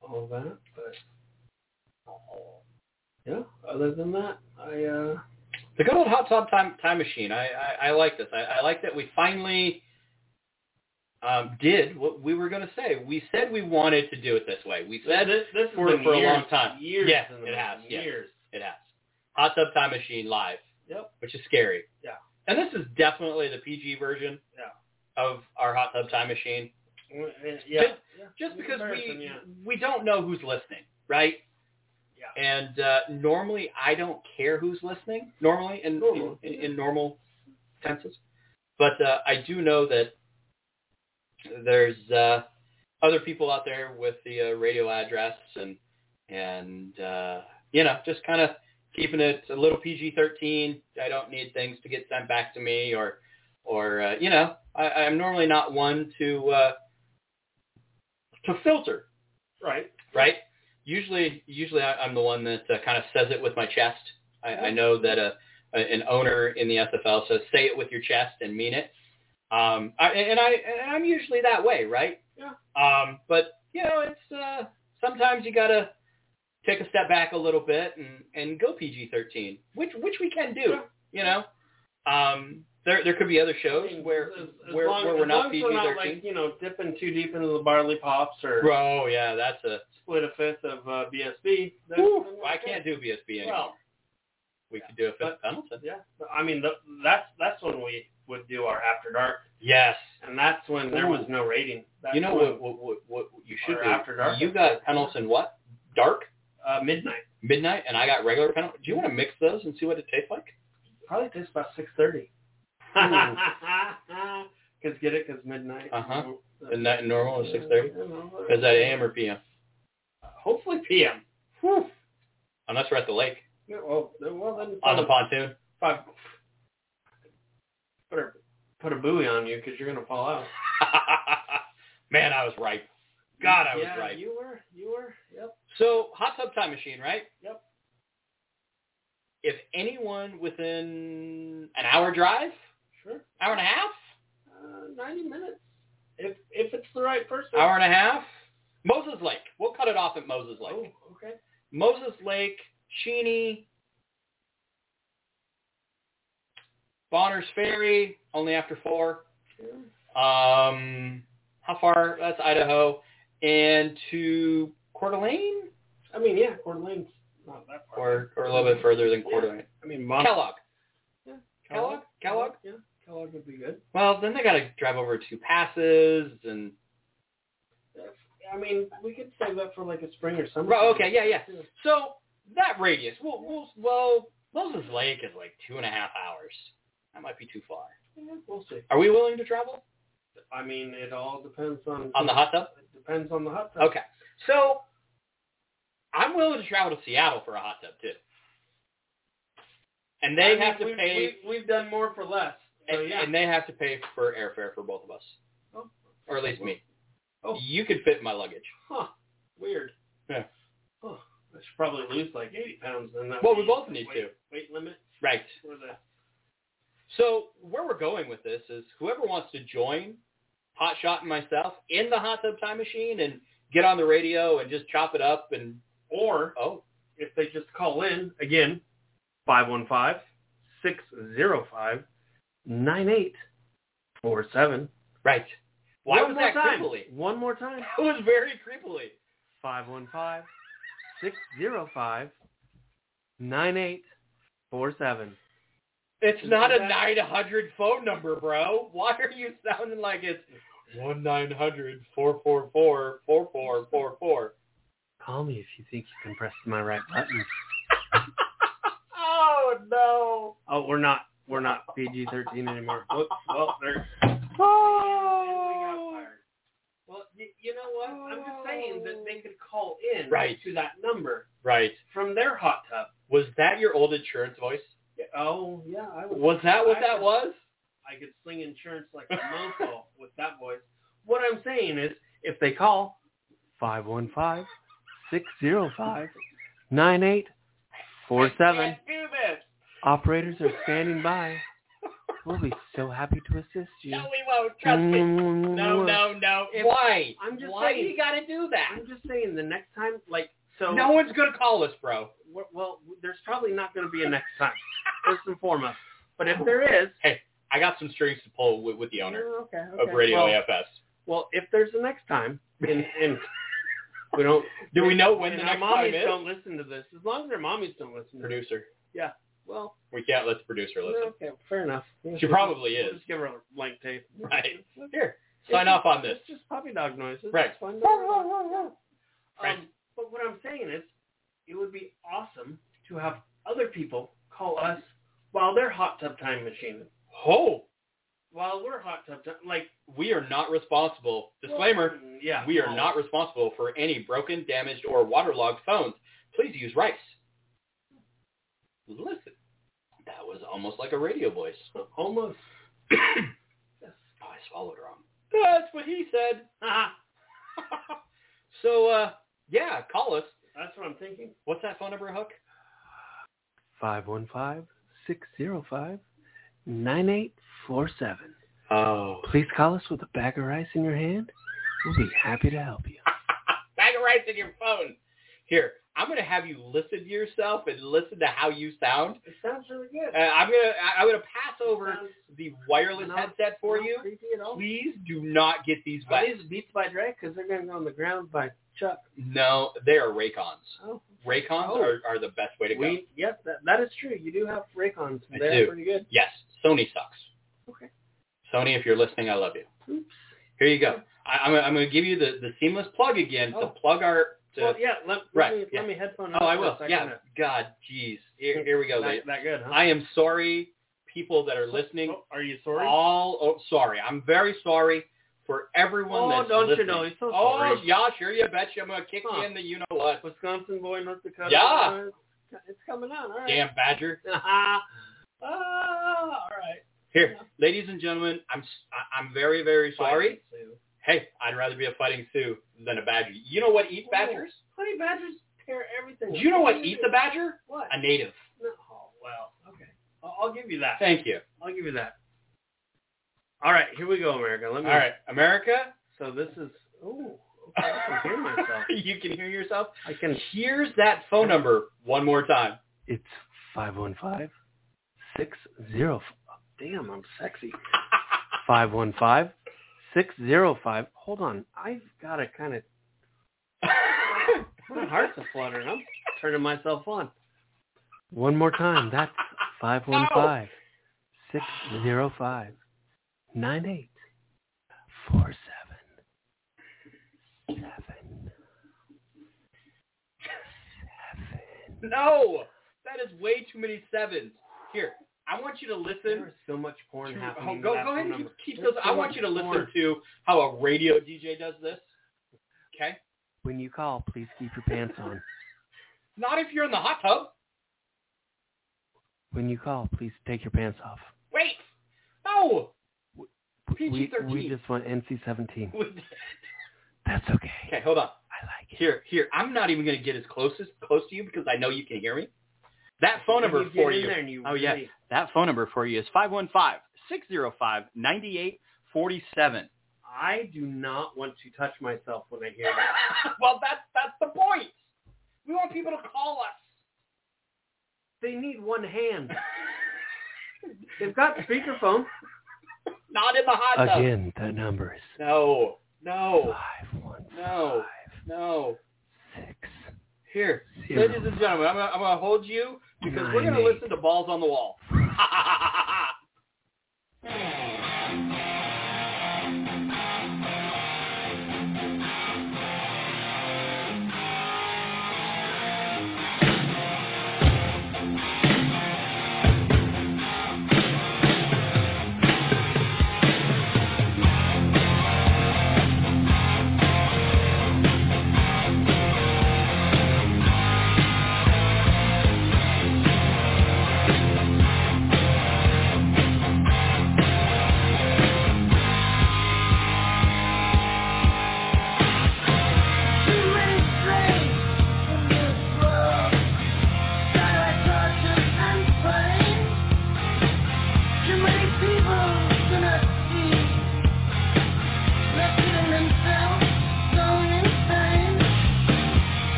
[SPEAKER 5] All that, but yeah. Other than that, I uh,
[SPEAKER 6] The good old hot tub time time machine. I I, I like this. I, I like that we finally um, did what we were going to say. We said we wanted to do it this way. We said
[SPEAKER 5] this, this has
[SPEAKER 6] for-
[SPEAKER 5] been
[SPEAKER 6] for a
[SPEAKER 5] years,
[SPEAKER 6] long time.
[SPEAKER 5] Years,
[SPEAKER 6] Yeah,
[SPEAKER 5] in the
[SPEAKER 6] it
[SPEAKER 5] making,
[SPEAKER 6] has, yeah.
[SPEAKER 5] Years.
[SPEAKER 6] it has. Hot tub time machine live.
[SPEAKER 5] Yep.
[SPEAKER 6] which is scary.
[SPEAKER 5] Yeah.
[SPEAKER 6] And this is definitely the PG version
[SPEAKER 5] Yeah.
[SPEAKER 6] of our hot tub time machine.
[SPEAKER 5] Uh, Yeah. yeah.
[SPEAKER 6] Just
[SPEAKER 5] In
[SPEAKER 6] because
[SPEAKER 5] comparison,
[SPEAKER 6] we
[SPEAKER 5] yeah.
[SPEAKER 6] we don't know who's listening, right?
[SPEAKER 5] Yeah.
[SPEAKER 6] And uh, normally I don't care who's listening. Normally in
[SPEAKER 5] Normal,
[SPEAKER 6] in,
[SPEAKER 5] yeah.
[SPEAKER 6] in normal tenses, but uh, I do know that there's uh, other people out there with the uh, radio address and and uh, you know just kind of keeping it a little PG-13. I don't need things to get sent back to me or or uh, you know I, I'm normally not one to uh, to filter
[SPEAKER 5] Right.
[SPEAKER 6] right? Usually, usually I, I'm the one that uh, kind of says it with my chest. I, I know that a, a an owner in the SFL says, "Say it with your chest and mean it," um, I, and I and I'm usually that way, right?
[SPEAKER 5] Yeah.
[SPEAKER 6] Um, but you know, it's uh, sometimes you gotta take a step back a little bit and and go PG-13, which which we can do. You know, um, there there could be other shows where
[SPEAKER 5] as, as
[SPEAKER 6] where,
[SPEAKER 5] long,
[SPEAKER 6] where
[SPEAKER 5] as
[SPEAKER 6] we're not
[SPEAKER 5] long as we're not like
[SPEAKER 6] PG-13.
[SPEAKER 5] you know dipping too deep into the barley pops or
[SPEAKER 6] Bro, Oh, yeah, that's a.
[SPEAKER 5] split a fifth of uh, BSB. then-
[SPEAKER 6] Whew,
[SPEAKER 5] then we're
[SPEAKER 6] I
[SPEAKER 5] good.
[SPEAKER 6] can't do BSB anymore.
[SPEAKER 5] Well,
[SPEAKER 6] we could do a fifth
[SPEAKER 5] but-
[SPEAKER 6] Pendleton.
[SPEAKER 5] yeah, But, I mean th that's that's when we would do our after dark,
[SPEAKER 6] Yes.
[SPEAKER 5] and that's when there was
[SPEAKER 6] Ooh.
[SPEAKER 5] no rating. That's
[SPEAKER 6] You know
[SPEAKER 5] when,
[SPEAKER 6] what, what, what, what you should
[SPEAKER 5] Or
[SPEAKER 6] do?
[SPEAKER 5] After Dark.
[SPEAKER 6] You got Pendleton what? Dark?
[SPEAKER 5] Uh, midnight
[SPEAKER 6] Midnight? And I got regular Pendleton. Do you want to mix those and see what it tastes like?
[SPEAKER 5] probably tastes about six thirty. Cause get it, cause midnight.
[SPEAKER 6] Uh-huh.
[SPEAKER 5] Uh,
[SPEAKER 6] Isn't that normal at 6.30?
[SPEAKER 5] you know, uh,
[SPEAKER 6] Is that AM or PM?
[SPEAKER 5] Hopefully PM.
[SPEAKER 6] Whew. Unless we're at the lake.
[SPEAKER 5] Yeah, Well, well then
[SPEAKER 6] On the pontoon.
[SPEAKER 5] five, put a put a buoy on you because you're gonna fall out.
[SPEAKER 6] Man, I was right. God, I was
[SPEAKER 5] yeah,
[SPEAKER 6] right.
[SPEAKER 5] You were, you were. Yep.
[SPEAKER 6] So, hot tub time machine, right?
[SPEAKER 5] Yep.
[SPEAKER 6] If anyone within an hour drive,
[SPEAKER 5] Sure.
[SPEAKER 6] hour and a half,
[SPEAKER 5] Uh, Ninety minutes. If if it's the right person.
[SPEAKER 6] hour and a half, Moses Lake. We'll cut it off at Moses Lake.
[SPEAKER 5] Oh, okay.
[SPEAKER 6] Moses Lake, Cheney, Bonner's Ferry, only after four.
[SPEAKER 5] Sure.
[SPEAKER 6] Um, how far? That's Idaho. And to Coeur d'Alene
[SPEAKER 5] I mean, yeah, Coeur d'Alene's not that far.
[SPEAKER 6] or, or a little bit further than Coeur d'Alene.
[SPEAKER 5] I mean, Mon-
[SPEAKER 6] Kellogg.
[SPEAKER 5] Yeah.
[SPEAKER 6] Kellogg? Kellogg?
[SPEAKER 5] Yeah, Kellogg would be good.
[SPEAKER 6] Well, then they got to drive over to Passes and...
[SPEAKER 5] I mean, we could save that for like a spring or summer.
[SPEAKER 6] Right, okay, yeah, yeah. So that radius, well, well, well, Moses Lake is like two and a half hours. That might be too far.
[SPEAKER 5] Yeah, we'll see.
[SPEAKER 6] Are we willing to travel
[SPEAKER 5] I mean, it all depends on
[SPEAKER 6] on the hot tub?
[SPEAKER 5] It depends on the hot tub.
[SPEAKER 6] Okay. So I'm willing to travel to Seattle for a hot tub too. And
[SPEAKER 5] I
[SPEAKER 6] they
[SPEAKER 5] mean,
[SPEAKER 6] have to
[SPEAKER 5] we've,
[SPEAKER 6] pay
[SPEAKER 5] We've, we've done more for less. So
[SPEAKER 6] and,
[SPEAKER 5] yeah.
[SPEAKER 6] and they have to pay for airfare for both of us.
[SPEAKER 5] Oh.
[SPEAKER 6] Or at least me.
[SPEAKER 5] Oh.
[SPEAKER 6] You could fit my luggage.
[SPEAKER 5] huh. Weird.
[SPEAKER 6] Yeah.
[SPEAKER 5] Huh. I should probably lose like 80 pounds then. That
[SPEAKER 6] Well,
[SPEAKER 5] would
[SPEAKER 6] we
[SPEAKER 5] be
[SPEAKER 6] both
[SPEAKER 5] the
[SPEAKER 6] need
[SPEAKER 5] weight,
[SPEAKER 6] to.
[SPEAKER 5] Weight limit
[SPEAKER 6] Right.
[SPEAKER 5] for the.
[SPEAKER 6] So where we're going with this is whoever wants to join Hot Shot and myself in the hot tub time machine and get on the radio and just chop it up and
[SPEAKER 5] Or
[SPEAKER 6] oh
[SPEAKER 5] if they just call in again, 515 605 9847.
[SPEAKER 6] right. Why
[SPEAKER 5] One
[SPEAKER 6] was
[SPEAKER 5] more
[SPEAKER 6] that
[SPEAKER 5] time.
[SPEAKER 6] creepily?
[SPEAKER 5] One more time.
[SPEAKER 6] That was very creepily.
[SPEAKER 5] 515 605 9847.
[SPEAKER 6] It's
[SPEAKER 5] Is
[SPEAKER 6] not a
[SPEAKER 5] that-
[SPEAKER 6] nine hundred phone number, bro. Why are you sounding like it's one nine hundred four four four four four four four?
[SPEAKER 5] Call me if you think you can press my right button.
[SPEAKER 6] Oh no!
[SPEAKER 5] Oh, we're not we're not PG thirteen anymore. Whoops. Well, there.
[SPEAKER 6] Oh.
[SPEAKER 5] Well, you, you know what? I'm just saying that they could call in
[SPEAKER 6] Right.
[SPEAKER 5] to that number
[SPEAKER 6] Right.
[SPEAKER 5] from their hot tub.
[SPEAKER 6] Was that your old insurance voice?
[SPEAKER 5] Yeah, Oh yeah, I would.
[SPEAKER 6] Was that what that was?
[SPEAKER 5] I could sling insurance like a mofo with that voice. What I'm saying is, if they call, five one five six zero five nine eight four seven.
[SPEAKER 6] Can't do this.
[SPEAKER 5] Operators are standing by. We'll be so happy to assist you.
[SPEAKER 6] No, we won't. Trust
[SPEAKER 5] Mm-hmm.
[SPEAKER 6] me. No, no, no.
[SPEAKER 5] If-
[SPEAKER 6] Why?
[SPEAKER 5] I'm just
[SPEAKER 6] Why
[SPEAKER 5] saying-
[SPEAKER 6] you got to do that?
[SPEAKER 5] I'm just saying the next time, like, so.
[SPEAKER 6] No one's gonna call us, bro.
[SPEAKER 5] w- Well, there's probably not going to be a next time. First and foremost. But if there is.
[SPEAKER 6] I got some strings to pull with, with the owner
[SPEAKER 5] Oh, okay,
[SPEAKER 6] of
[SPEAKER 5] okay.
[SPEAKER 6] Radio
[SPEAKER 5] well,
[SPEAKER 6] AFS.
[SPEAKER 5] well, if there's a next time, and, and we don't.
[SPEAKER 6] Do we know when the
[SPEAKER 5] and our
[SPEAKER 6] next time
[SPEAKER 5] mommies
[SPEAKER 6] is?
[SPEAKER 5] don't listen to this. As long as their mommies don't listen to this.
[SPEAKER 6] Producer.
[SPEAKER 5] Well,
[SPEAKER 6] We can't let the producer listen.
[SPEAKER 5] okay, fair enough.
[SPEAKER 6] She probably
[SPEAKER 5] We'll
[SPEAKER 6] is.
[SPEAKER 5] just give her a blank tape.
[SPEAKER 6] Right.
[SPEAKER 5] It's
[SPEAKER 6] Here, sign off on this.
[SPEAKER 5] just- It's just puppy dog noises.
[SPEAKER 6] Right.
[SPEAKER 5] It's fine. Don't worry about it.
[SPEAKER 6] Right.
[SPEAKER 5] Um, but what I'm saying is, it would be awesome to have other people call us while they're hot tub time machining,
[SPEAKER 6] Oh,
[SPEAKER 5] while we're hot tub time, like
[SPEAKER 6] we are not responsible. Disclaimer,
[SPEAKER 5] Well, yeah,
[SPEAKER 6] we are
[SPEAKER 5] well,
[SPEAKER 6] not responsible for any broken, damaged, or waterlogged phones. Please use rice. Listen, that was almost like a radio voice.
[SPEAKER 5] almost.
[SPEAKER 6] Oh, I swallowed wrong. That's what he said.
[SPEAKER 5] Ah,
[SPEAKER 6] so, uh, yeah, call us.
[SPEAKER 5] That's what I'm thinking.
[SPEAKER 6] What's that phone number, Hook?
[SPEAKER 5] Five one five six zero five nine eight four seven.
[SPEAKER 6] Oh.
[SPEAKER 5] Please call us with a bag of rice in your hand. We'll be happy to help you.
[SPEAKER 6] bag of rice in your phone. Here, I'm gonna have you listen to yourself and listen to how you sound.
[SPEAKER 5] It sounds really good.
[SPEAKER 6] Uh, I'm gonna I- I'm gonna pass over
[SPEAKER 5] Sounds
[SPEAKER 6] the wireless
[SPEAKER 5] not-
[SPEAKER 6] headset for
[SPEAKER 5] not
[SPEAKER 6] you.
[SPEAKER 5] Creepy at all.
[SPEAKER 6] Please do not get these
[SPEAKER 5] Are
[SPEAKER 6] wet.
[SPEAKER 5] these beats by Dre? Because they're going to go on the ground by Chuck.
[SPEAKER 6] No, they are Raycons.
[SPEAKER 5] Oh,
[SPEAKER 6] Raycons
[SPEAKER 5] Oh.
[SPEAKER 6] are, are the best way to go.
[SPEAKER 5] we, yep, that, that is true. You do have Raycons.
[SPEAKER 6] I
[SPEAKER 5] They're
[SPEAKER 6] do.
[SPEAKER 5] pretty good.
[SPEAKER 6] Yes, Sony sucks.
[SPEAKER 5] Okay.
[SPEAKER 6] Sony, if you're listening, I love you.
[SPEAKER 5] Oops.
[SPEAKER 6] Here you go. I, I'm, gonna- I'm going to give you the, the seamless plug again
[SPEAKER 5] Oh.
[SPEAKER 6] to plug our. To,
[SPEAKER 5] Well, yeah, let, let
[SPEAKER 6] Right,
[SPEAKER 5] me,
[SPEAKER 6] yeah.
[SPEAKER 5] let me headphone
[SPEAKER 6] oh,
[SPEAKER 5] up
[SPEAKER 6] I
[SPEAKER 5] for a
[SPEAKER 6] will.
[SPEAKER 5] second.
[SPEAKER 6] Yeah. God, jeez. Here, here we go.
[SPEAKER 5] That,
[SPEAKER 6] ladies.
[SPEAKER 5] that good, huh?
[SPEAKER 6] I am sorry, people that are listening.
[SPEAKER 5] Oh, are you sorry?
[SPEAKER 6] All oh, sorry. I'm very sorry for everyone
[SPEAKER 5] Oh,
[SPEAKER 6] that's
[SPEAKER 5] don't you
[SPEAKER 6] listening.
[SPEAKER 5] know, he's so
[SPEAKER 6] oh,
[SPEAKER 5] sorry.
[SPEAKER 6] yeah, sure you betcha. I'm going to kick
[SPEAKER 5] Huh.
[SPEAKER 6] you in the you know what.
[SPEAKER 5] Wisconsin boy, North Dakota.
[SPEAKER 6] Yeah.
[SPEAKER 5] Uh, It's coming on. All right.
[SPEAKER 6] Damn Badger.
[SPEAKER 5] ah, all right.
[SPEAKER 6] Here, ladies and gentlemen, I'm s- I- I'm very very sorry. Hey, I'd rather be a fighting Sioux than a badger. You know what eats badgers?
[SPEAKER 5] Honey badgers tear everything.
[SPEAKER 6] Do you know what eats a badger?
[SPEAKER 5] What?
[SPEAKER 6] A native.
[SPEAKER 5] No, oh, well, okay. I'll, I'll give you that.
[SPEAKER 6] Thank you.
[SPEAKER 5] I'll give you that. All right, here we go, America. Let
[SPEAKER 6] All
[SPEAKER 5] me.
[SPEAKER 6] right, America.
[SPEAKER 5] So this is. Oh, okay, I can hear myself.
[SPEAKER 6] you can hear yourself.
[SPEAKER 5] I can.
[SPEAKER 6] Here's that phone number one more time.
[SPEAKER 5] It's five one five six zero. Damn, I'm sexy. Five one five six zero five. Hold on, I've got to kind of. My heart's a fluttering. I'm turning myself on. One more time. That's five one five six zero five nine eight four seven seven.
[SPEAKER 6] no, that is way too many sevens. Here, I want you to listen.
[SPEAKER 5] There's so much porn
[SPEAKER 6] to-
[SPEAKER 5] happening.
[SPEAKER 6] oh,
[SPEAKER 5] with
[SPEAKER 6] go
[SPEAKER 5] that
[SPEAKER 6] go ahead
[SPEAKER 5] phone
[SPEAKER 6] and
[SPEAKER 5] number.
[SPEAKER 6] keep, keep
[SPEAKER 5] There's
[SPEAKER 6] those. I
[SPEAKER 5] so
[SPEAKER 6] want
[SPEAKER 5] much
[SPEAKER 6] you to listen
[SPEAKER 5] porn.
[SPEAKER 6] to how a radio DJ does this. Okay,
[SPEAKER 5] When you call, please keep your pants on.
[SPEAKER 6] not if you're in the hot tub.
[SPEAKER 5] When you call, please take your pants off.
[SPEAKER 6] Wait, no.
[SPEAKER 5] We-
[SPEAKER 6] PG-13.
[SPEAKER 5] We, just want NC-17.
[SPEAKER 6] okay,
[SPEAKER 5] That's okay.
[SPEAKER 6] hold on.
[SPEAKER 5] I like it.
[SPEAKER 6] Here, here. I'm not even going to get as close as close to you because I know you can hear me. That phone number
[SPEAKER 5] When you get
[SPEAKER 6] for
[SPEAKER 5] in
[SPEAKER 6] you.
[SPEAKER 5] there and you
[SPEAKER 6] oh yeah,
[SPEAKER 5] really-
[SPEAKER 6] that phone number for you is 515-605-9847.
[SPEAKER 5] I do not want to touch myself when I hear that.
[SPEAKER 6] well, that's that's the point. We want people to call us.
[SPEAKER 5] They need one hand. They've got speakerphone.
[SPEAKER 6] Not in the hot tub.
[SPEAKER 7] Again, that number is
[SPEAKER 6] No, no,
[SPEAKER 7] five one
[SPEAKER 6] no, no.
[SPEAKER 7] six.
[SPEAKER 6] Here,
[SPEAKER 7] Zero.
[SPEAKER 6] ladies and gentlemen, I'm gonna, I'm gonna hold you because we we're
[SPEAKER 7] Nine,
[SPEAKER 6] gonna
[SPEAKER 7] eight.
[SPEAKER 6] listen to Balls on the Wall.
[SPEAKER 7] Five,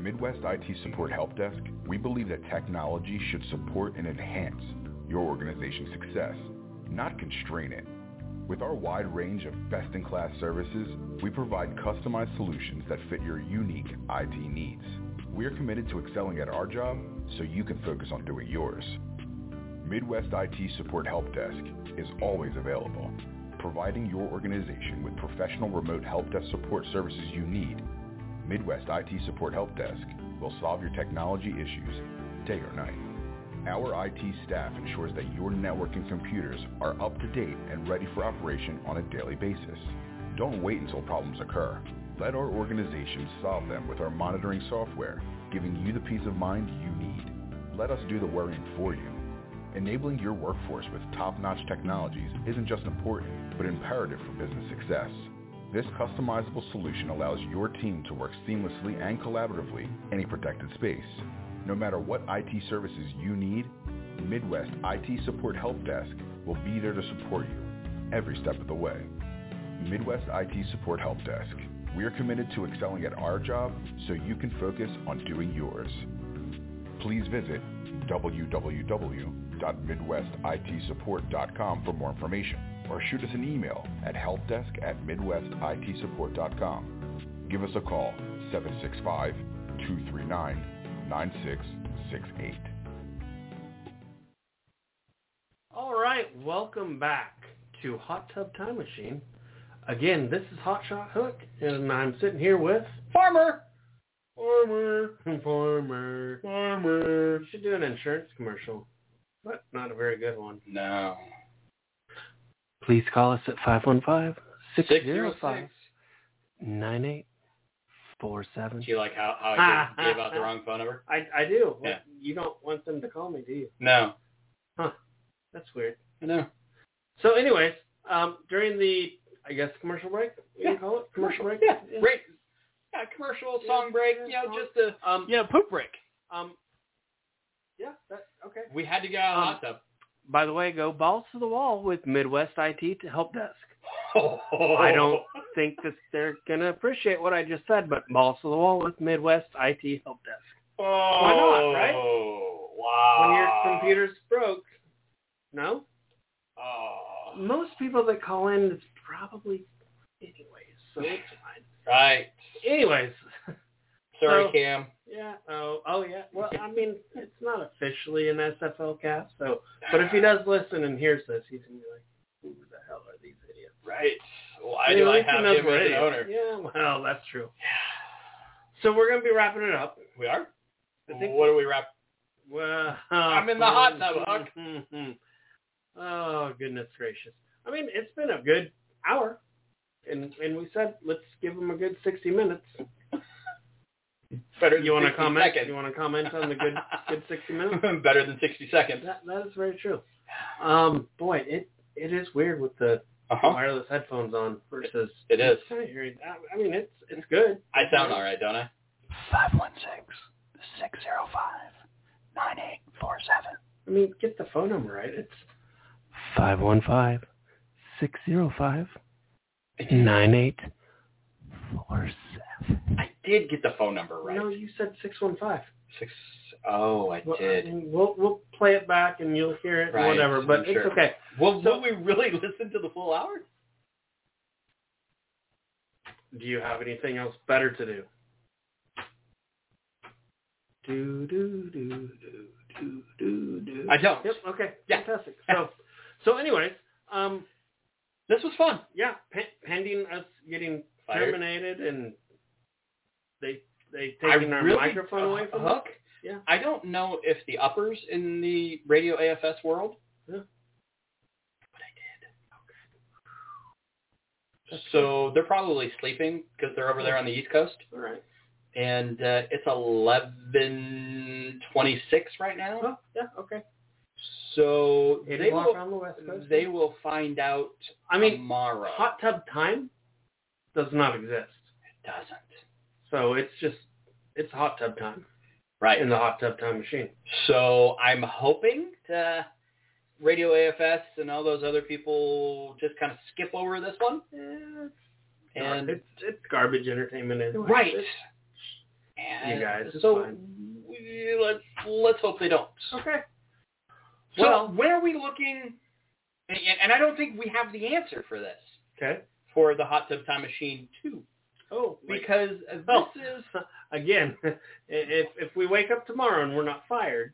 [SPEAKER 2] Midwest IT Support Help Desk, we believe that technology should support and enhance your organization's success, not constrain it. With our wide range of best-in-class services, we provide customized solutions that fit your unique IT needs. We are committed to excelling at our job so you can focus on doing yours. Midwest IT Support Help Desk is always available, providing your organization with professional remote help desk support services you need. Midwest IT Support Help Desk will solve your technology issues day or night. Our IT staff ensures that your network and computers are up to date and ready for operation on a daily basis. Don't wait until problems occur. Let our organization solve them with our monitoring software, giving you the peace of mind you need. Let us do the worrying for you. Enabling your workforce with top-notch technologies isn't just important, but imperative for business success. This customizable solution allows your team to work seamlessly and collaboratively in a protected space. No matter what IT services you need, Midwest IT Support Help Desk will be there to support you every step of the way. Midwest IT Support Help Desk. We are committed to excelling at our job so you can focus on doing yours. Please visit www.midwestitsupport.com for more information or shoot us an email at helpdesk at midwestitsupport.com. Give us a call 765-239-9668.
[SPEAKER 5] All right, welcome back to Hot Tub Time Machine. Again, this is Hot Shot Hook, and I'm sitting here with
[SPEAKER 6] Farmer.
[SPEAKER 5] Farmer, Farmer, Farmer. Should do an insurance commercial, but not a very good one.
[SPEAKER 6] No.
[SPEAKER 1] Please call us at 515
[SPEAKER 6] 605.
[SPEAKER 1] 605 9847.
[SPEAKER 6] Do you like how, how
[SPEAKER 5] Ah.
[SPEAKER 6] I gave, gave out the wrong phone number?
[SPEAKER 5] I I do.
[SPEAKER 6] Yeah.
[SPEAKER 5] You don't want them to call me, do you?
[SPEAKER 6] No.
[SPEAKER 5] That's weird.
[SPEAKER 6] No.
[SPEAKER 5] So, anyways, um, during the I guess commercial break, you can call it commercial break.
[SPEAKER 6] Yeah. Break. Yeah, commercial, song break, you know, just a,
[SPEAKER 5] Um,
[SPEAKER 6] you know, poop break.
[SPEAKER 5] um, yeah. That, okay.
[SPEAKER 6] We had to get out of the hot
[SPEAKER 5] Um,
[SPEAKER 6] tub.
[SPEAKER 5] By the way, go balls to the wall with Midwest IT to help desk. I don't think that they're gonna appreciate what I just said, but balls to the wall with Midwest IT help desk.
[SPEAKER 6] Oh,
[SPEAKER 5] not, right?
[SPEAKER 6] Wow.
[SPEAKER 5] When your computer's broke, no.
[SPEAKER 6] Oh.
[SPEAKER 5] Most people that call in it's probably anyways, so it's fine.
[SPEAKER 6] Right.
[SPEAKER 5] Anyways,
[SPEAKER 6] Sorry,
[SPEAKER 5] So-
[SPEAKER 6] Cam.
[SPEAKER 5] yeah. Oh, oh yeah. Well, I mean, it's not officially an SFL cast, so. But if he does listen and hears this, he's gonna be like, "Who the hell are these idiots?"
[SPEAKER 6] Right. Why
[SPEAKER 5] Anyway,
[SPEAKER 6] do I
[SPEAKER 5] it's
[SPEAKER 6] have
[SPEAKER 5] enough
[SPEAKER 6] him as an
[SPEAKER 5] radio.
[SPEAKER 6] owner?
[SPEAKER 5] Yeah, well, that's true. So we're gonna be wrapping it up.
[SPEAKER 6] We are?
[SPEAKER 5] I think-
[SPEAKER 6] what do we wrap?
[SPEAKER 5] Well,
[SPEAKER 6] I'm in the hot tub, Huck.
[SPEAKER 5] oh goodness gracious! I mean, it's been a good hour, and and we said let's give them a good sixty minutes.
[SPEAKER 6] Better than
[SPEAKER 5] You want to
[SPEAKER 6] 60
[SPEAKER 5] comment?
[SPEAKER 6] seconds.
[SPEAKER 5] You want to comment on the good good sixty minutes?
[SPEAKER 6] Better than 60 seconds.
[SPEAKER 5] That that is very true. Um, boy, it it is weird with the
[SPEAKER 6] Uh-huh.
[SPEAKER 5] wireless headphones on versus
[SPEAKER 6] It is.
[SPEAKER 5] Kind of hearing. I, I mean, it's it's good.
[SPEAKER 6] I sound all right, don't I?
[SPEAKER 8] 516-605-9847.
[SPEAKER 5] I mean, get the phone number right. It's
[SPEAKER 1] 515 605 9847.
[SPEAKER 6] I did get the phone number right.
[SPEAKER 5] no, you said six one five.
[SPEAKER 6] Six oh, I
[SPEAKER 5] Well, uh, I
[SPEAKER 6] did.
[SPEAKER 5] mean, we'll we'll play it back and you'll hear it
[SPEAKER 6] Right,
[SPEAKER 5] and whatever, but
[SPEAKER 6] I'm
[SPEAKER 5] it's
[SPEAKER 6] sure.
[SPEAKER 5] okay.
[SPEAKER 6] Well, will we really listen to the full hour?
[SPEAKER 5] Do you have anything else better to do? Do do do do do do do.
[SPEAKER 6] I don't.
[SPEAKER 5] Yep. Okay.
[SPEAKER 6] Yeah.
[SPEAKER 5] Fantastic. So, so anyways, um,
[SPEAKER 6] This was fun.
[SPEAKER 5] yeah, pe- pending us getting
[SPEAKER 6] Fired.
[SPEAKER 5] terminated and they they
[SPEAKER 6] I
[SPEAKER 5] taking our
[SPEAKER 6] really-
[SPEAKER 5] microphone away from us.
[SPEAKER 6] Hook.
[SPEAKER 5] Yeah.
[SPEAKER 6] I don't know if the uppers in the radio AFS world.
[SPEAKER 5] Yeah.
[SPEAKER 6] But I did. So they're probably sleeping because they're over there on the East Coast,
[SPEAKER 5] All right.
[SPEAKER 6] and uh, it's eleven twenty-six right now.
[SPEAKER 5] Oh, yeah. Okay.
[SPEAKER 6] So
[SPEAKER 5] Eight
[SPEAKER 6] they
[SPEAKER 5] o'clock
[SPEAKER 6] will,
[SPEAKER 5] on the west coast.
[SPEAKER 6] they will find out
[SPEAKER 5] I mean,
[SPEAKER 6] tomorrow.
[SPEAKER 5] hot tub time does not exist.
[SPEAKER 6] doesn't.
[SPEAKER 5] So it's just it's hot tub time
[SPEAKER 6] Right.
[SPEAKER 5] in the hot tub time machine.
[SPEAKER 6] So I'm hoping to Radio AFS and all those other people just kind of skip over this one.
[SPEAKER 5] It's,
[SPEAKER 6] And
[SPEAKER 5] it's it's garbage entertainment anyway.
[SPEAKER 6] right,
[SPEAKER 5] It's-
[SPEAKER 6] And
[SPEAKER 5] You guys, it's
[SPEAKER 6] so
[SPEAKER 5] fine.
[SPEAKER 6] we, let's let's hope they don't.
[SPEAKER 5] Okay.
[SPEAKER 6] So
[SPEAKER 5] Well-
[SPEAKER 6] when are we looking? And, and I don't think we have the answer for this
[SPEAKER 5] Okay.
[SPEAKER 6] for the Hot Tub Time Machine two
[SPEAKER 5] Oh, because
[SPEAKER 6] because this
[SPEAKER 5] Oh.
[SPEAKER 6] is
[SPEAKER 5] again, i- if if we wake up tomorrow and we're not fired,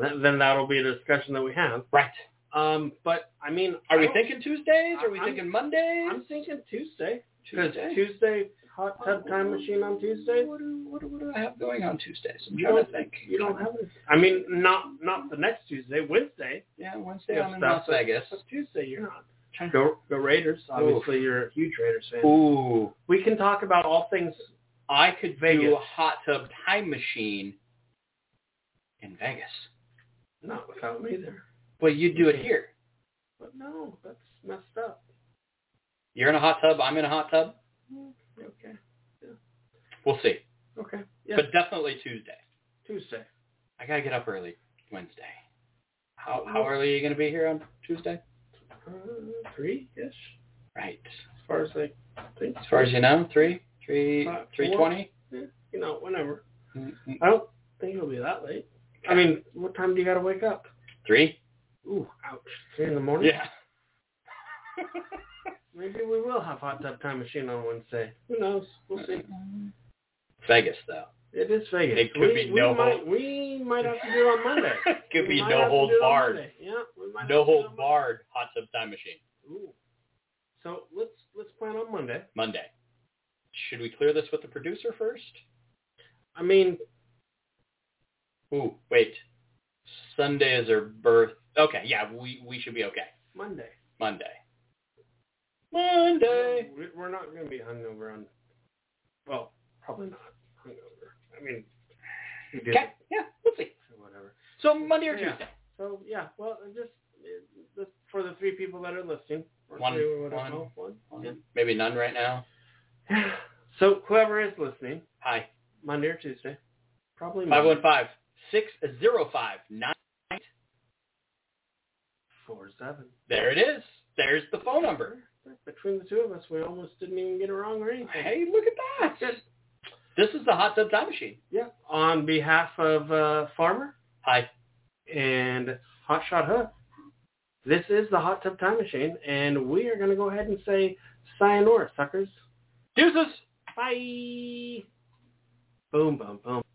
[SPEAKER 5] th- then that'll be a discussion that we have.
[SPEAKER 6] right.
[SPEAKER 5] Um, but I mean,
[SPEAKER 6] Are
[SPEAKER 5] I
[SPEAKER 6] we
[SPEAKER 5] don't-
[SPEAKER 6] thinking Tuesdays? Are we
[SPEAKER 5] Oh. I'm-
[SPEAKER 6] thinking Mondays?
[SPEAKER 5] I'm thinking Tuesday because
[SPEAKER 6] Tuesday.
[SPEAKER 5] Tuesday Oh, hot tub time machine on Tuesday.
[SPEAKER 6] What do, what, do, what do I have going on Tuesdays? I'm
[SPEAKER 5] You
[SPEAKER 6] trying to
[SPEAKER 5] don't-
[SPEAKER 6] think.
[SPEAKER 5] You don't have. it. I mean, not not the next Tuesday, Wednesday.
[SPEAKER 6] Yeah,
[SPEAKER 5] you
[SPEAKER 6] Wednesday
[SPEAKER 5] have
[SPEAKER 6] I'm in Las
[SPEAKER 5] stuff, but-
[SPEAKER 6] Vegas.
[SPEAKER 5] but Tuesday, you're not.
[SPEAKER 6] Trying-
[SPEAKER 5] Go go Raiders. Obviously, you're a huge Raiders fan.
[SPEAKER 6] Ooh,
[SPEAKER 5] We can talk about all things.
[SPEAKER 6] I could do
[SPEAKER 5] Vegas.
[SPEAKER 6] a hot tub time machine in Vegas,
[SPEAKER 5] Not without me there.
[SPEAKER 6] but you do it here.
[SPEAKER 5] But no, that's messed up.
[SPEAKER 6] You're in a hot tub. I'm in a hot tub.
[SPEAKER 5] Okay.
[SPEAKER 6] We'll see.
[SPEAKER 5] Okay. Yeah.
[SPEAKER 6] But definitely Tuesday.
[SPEAKER 5] Tuesday.
[SPEAKER 6] I gotta get up early Wednesday. How how early are you gonna be here on Tuesday?
[SPEAKER 5] Uh, three ish,
[SPEAKER 6] Right.
[SPEAKER 5] as far as I think.
[SPEAKER 6] As far as you know, three, three,
[SPEAKER 5] About four.
[SPEAKER 6] three twenty.
[SPEAKER 5] you know, whenever.
[SPEAKER 6] Mm,
[SPEAKER 5] I don't think it'll be that late. I mean, what time do you gotta wake up?
[SPEAKER 6] Three.
[SPEAKER 5] Ooh, ouch. Three in the morning.
[SPEAKER 6] Yeah.
[SPEAKER 5] Maybe we will have hot tub time machine on Wednesday. Who knows? We'll see.
[SPEAKER 6] Vegas though.
[SPEAKER 5] It is Vegas.
[SPEAKER 6] It could
[SPEAKER 5] we,
[SPEAKER 6] be
[SPEAKER 5] we
[SPEAKER 6] no
[SPEAKER 5] might, We might have to do it on Monday.
[SPEAKER 6] Could
[SPEAKER 5] We
[SPEAKER 6] be
[SPEAKER 5] might
[SPEAKER 6] no
[SPEAKER 5] have to
[SPEAKER 6] holds
[SPEAKER 5] do it on
[SPEAKER 6] barred.
[SPEAKER 5] Monday. Yeah, we might
[SPEAKER 6] No
[SPEAKER 5] have to do it
[SPEAKER 6] hold
[SPEAKER 5] on Monday.
[SPEAKER 6] barred hot tub time machine.
[SPEAKER 5] Ooh. So let's let's plan on Monday.
[SPEAKER 6] Monday. Should we clear this with the producer first?
[SPEAKER 5] I mean,
[SPEAKER 6] Ooh, wait. Sunday is her birth. Okay, yeah, we we should be okay.
[SPEAKER 5] Monday.
[SPEAKER 6] Monday. Monday.
[SPEAKER 5] We- We're not going to be hungover on. Well, probably not hungover. I mean, we did
[SPEAKER 6] Okay,
[SPEAKER 5] it,
[SPEAKER 6] yeah, we'll see.
[SPEAKER 5] so whatever.
[SPEAKER 6] So Monday or
[SPEAKER 5] Yeah.
[SPEAKER 6] Tuesday.
[SPEAKER 5] So yeah, well, and just, uh, just for the three people that are listening, or
[SPEAKER 6] One-
[SPEAKER 5] two or whatever,
[SPEAKER 6] one-
[SPEAKER 5] oh, one,
[SPEAKER 6] Maybe none right now.
[SPEAKER 5] yeah. So whoever is listening,
[SPEAKER 6] Hi.
[SPEAKER 5] Monday or Tuesday, probably Monday,
[SPEAKER 6] 515-605-9.
[SPEAKER 5] four seven.
[SPEAKER 6] There it is. There's the phone number.
[SPEAKER 5] Between the two of us, we almost didn't even get it wrong or anything.
[SPEAKER 6] Hey, look at that. This is the Hot Tub Time Machine.
[SPEAKER 5] Yeah. On behalf of uh, Farmer
[SPEAKER 6] Hi.
[SPEAKER 5] and Hot Shot Hook. This is the Hot Tub Time Machine, and we are going to go ahead and say sayonara, suckers.
[SPEAKER 6] Deuces.
[SPEAKER 5] Bye. Boom, boom, boom.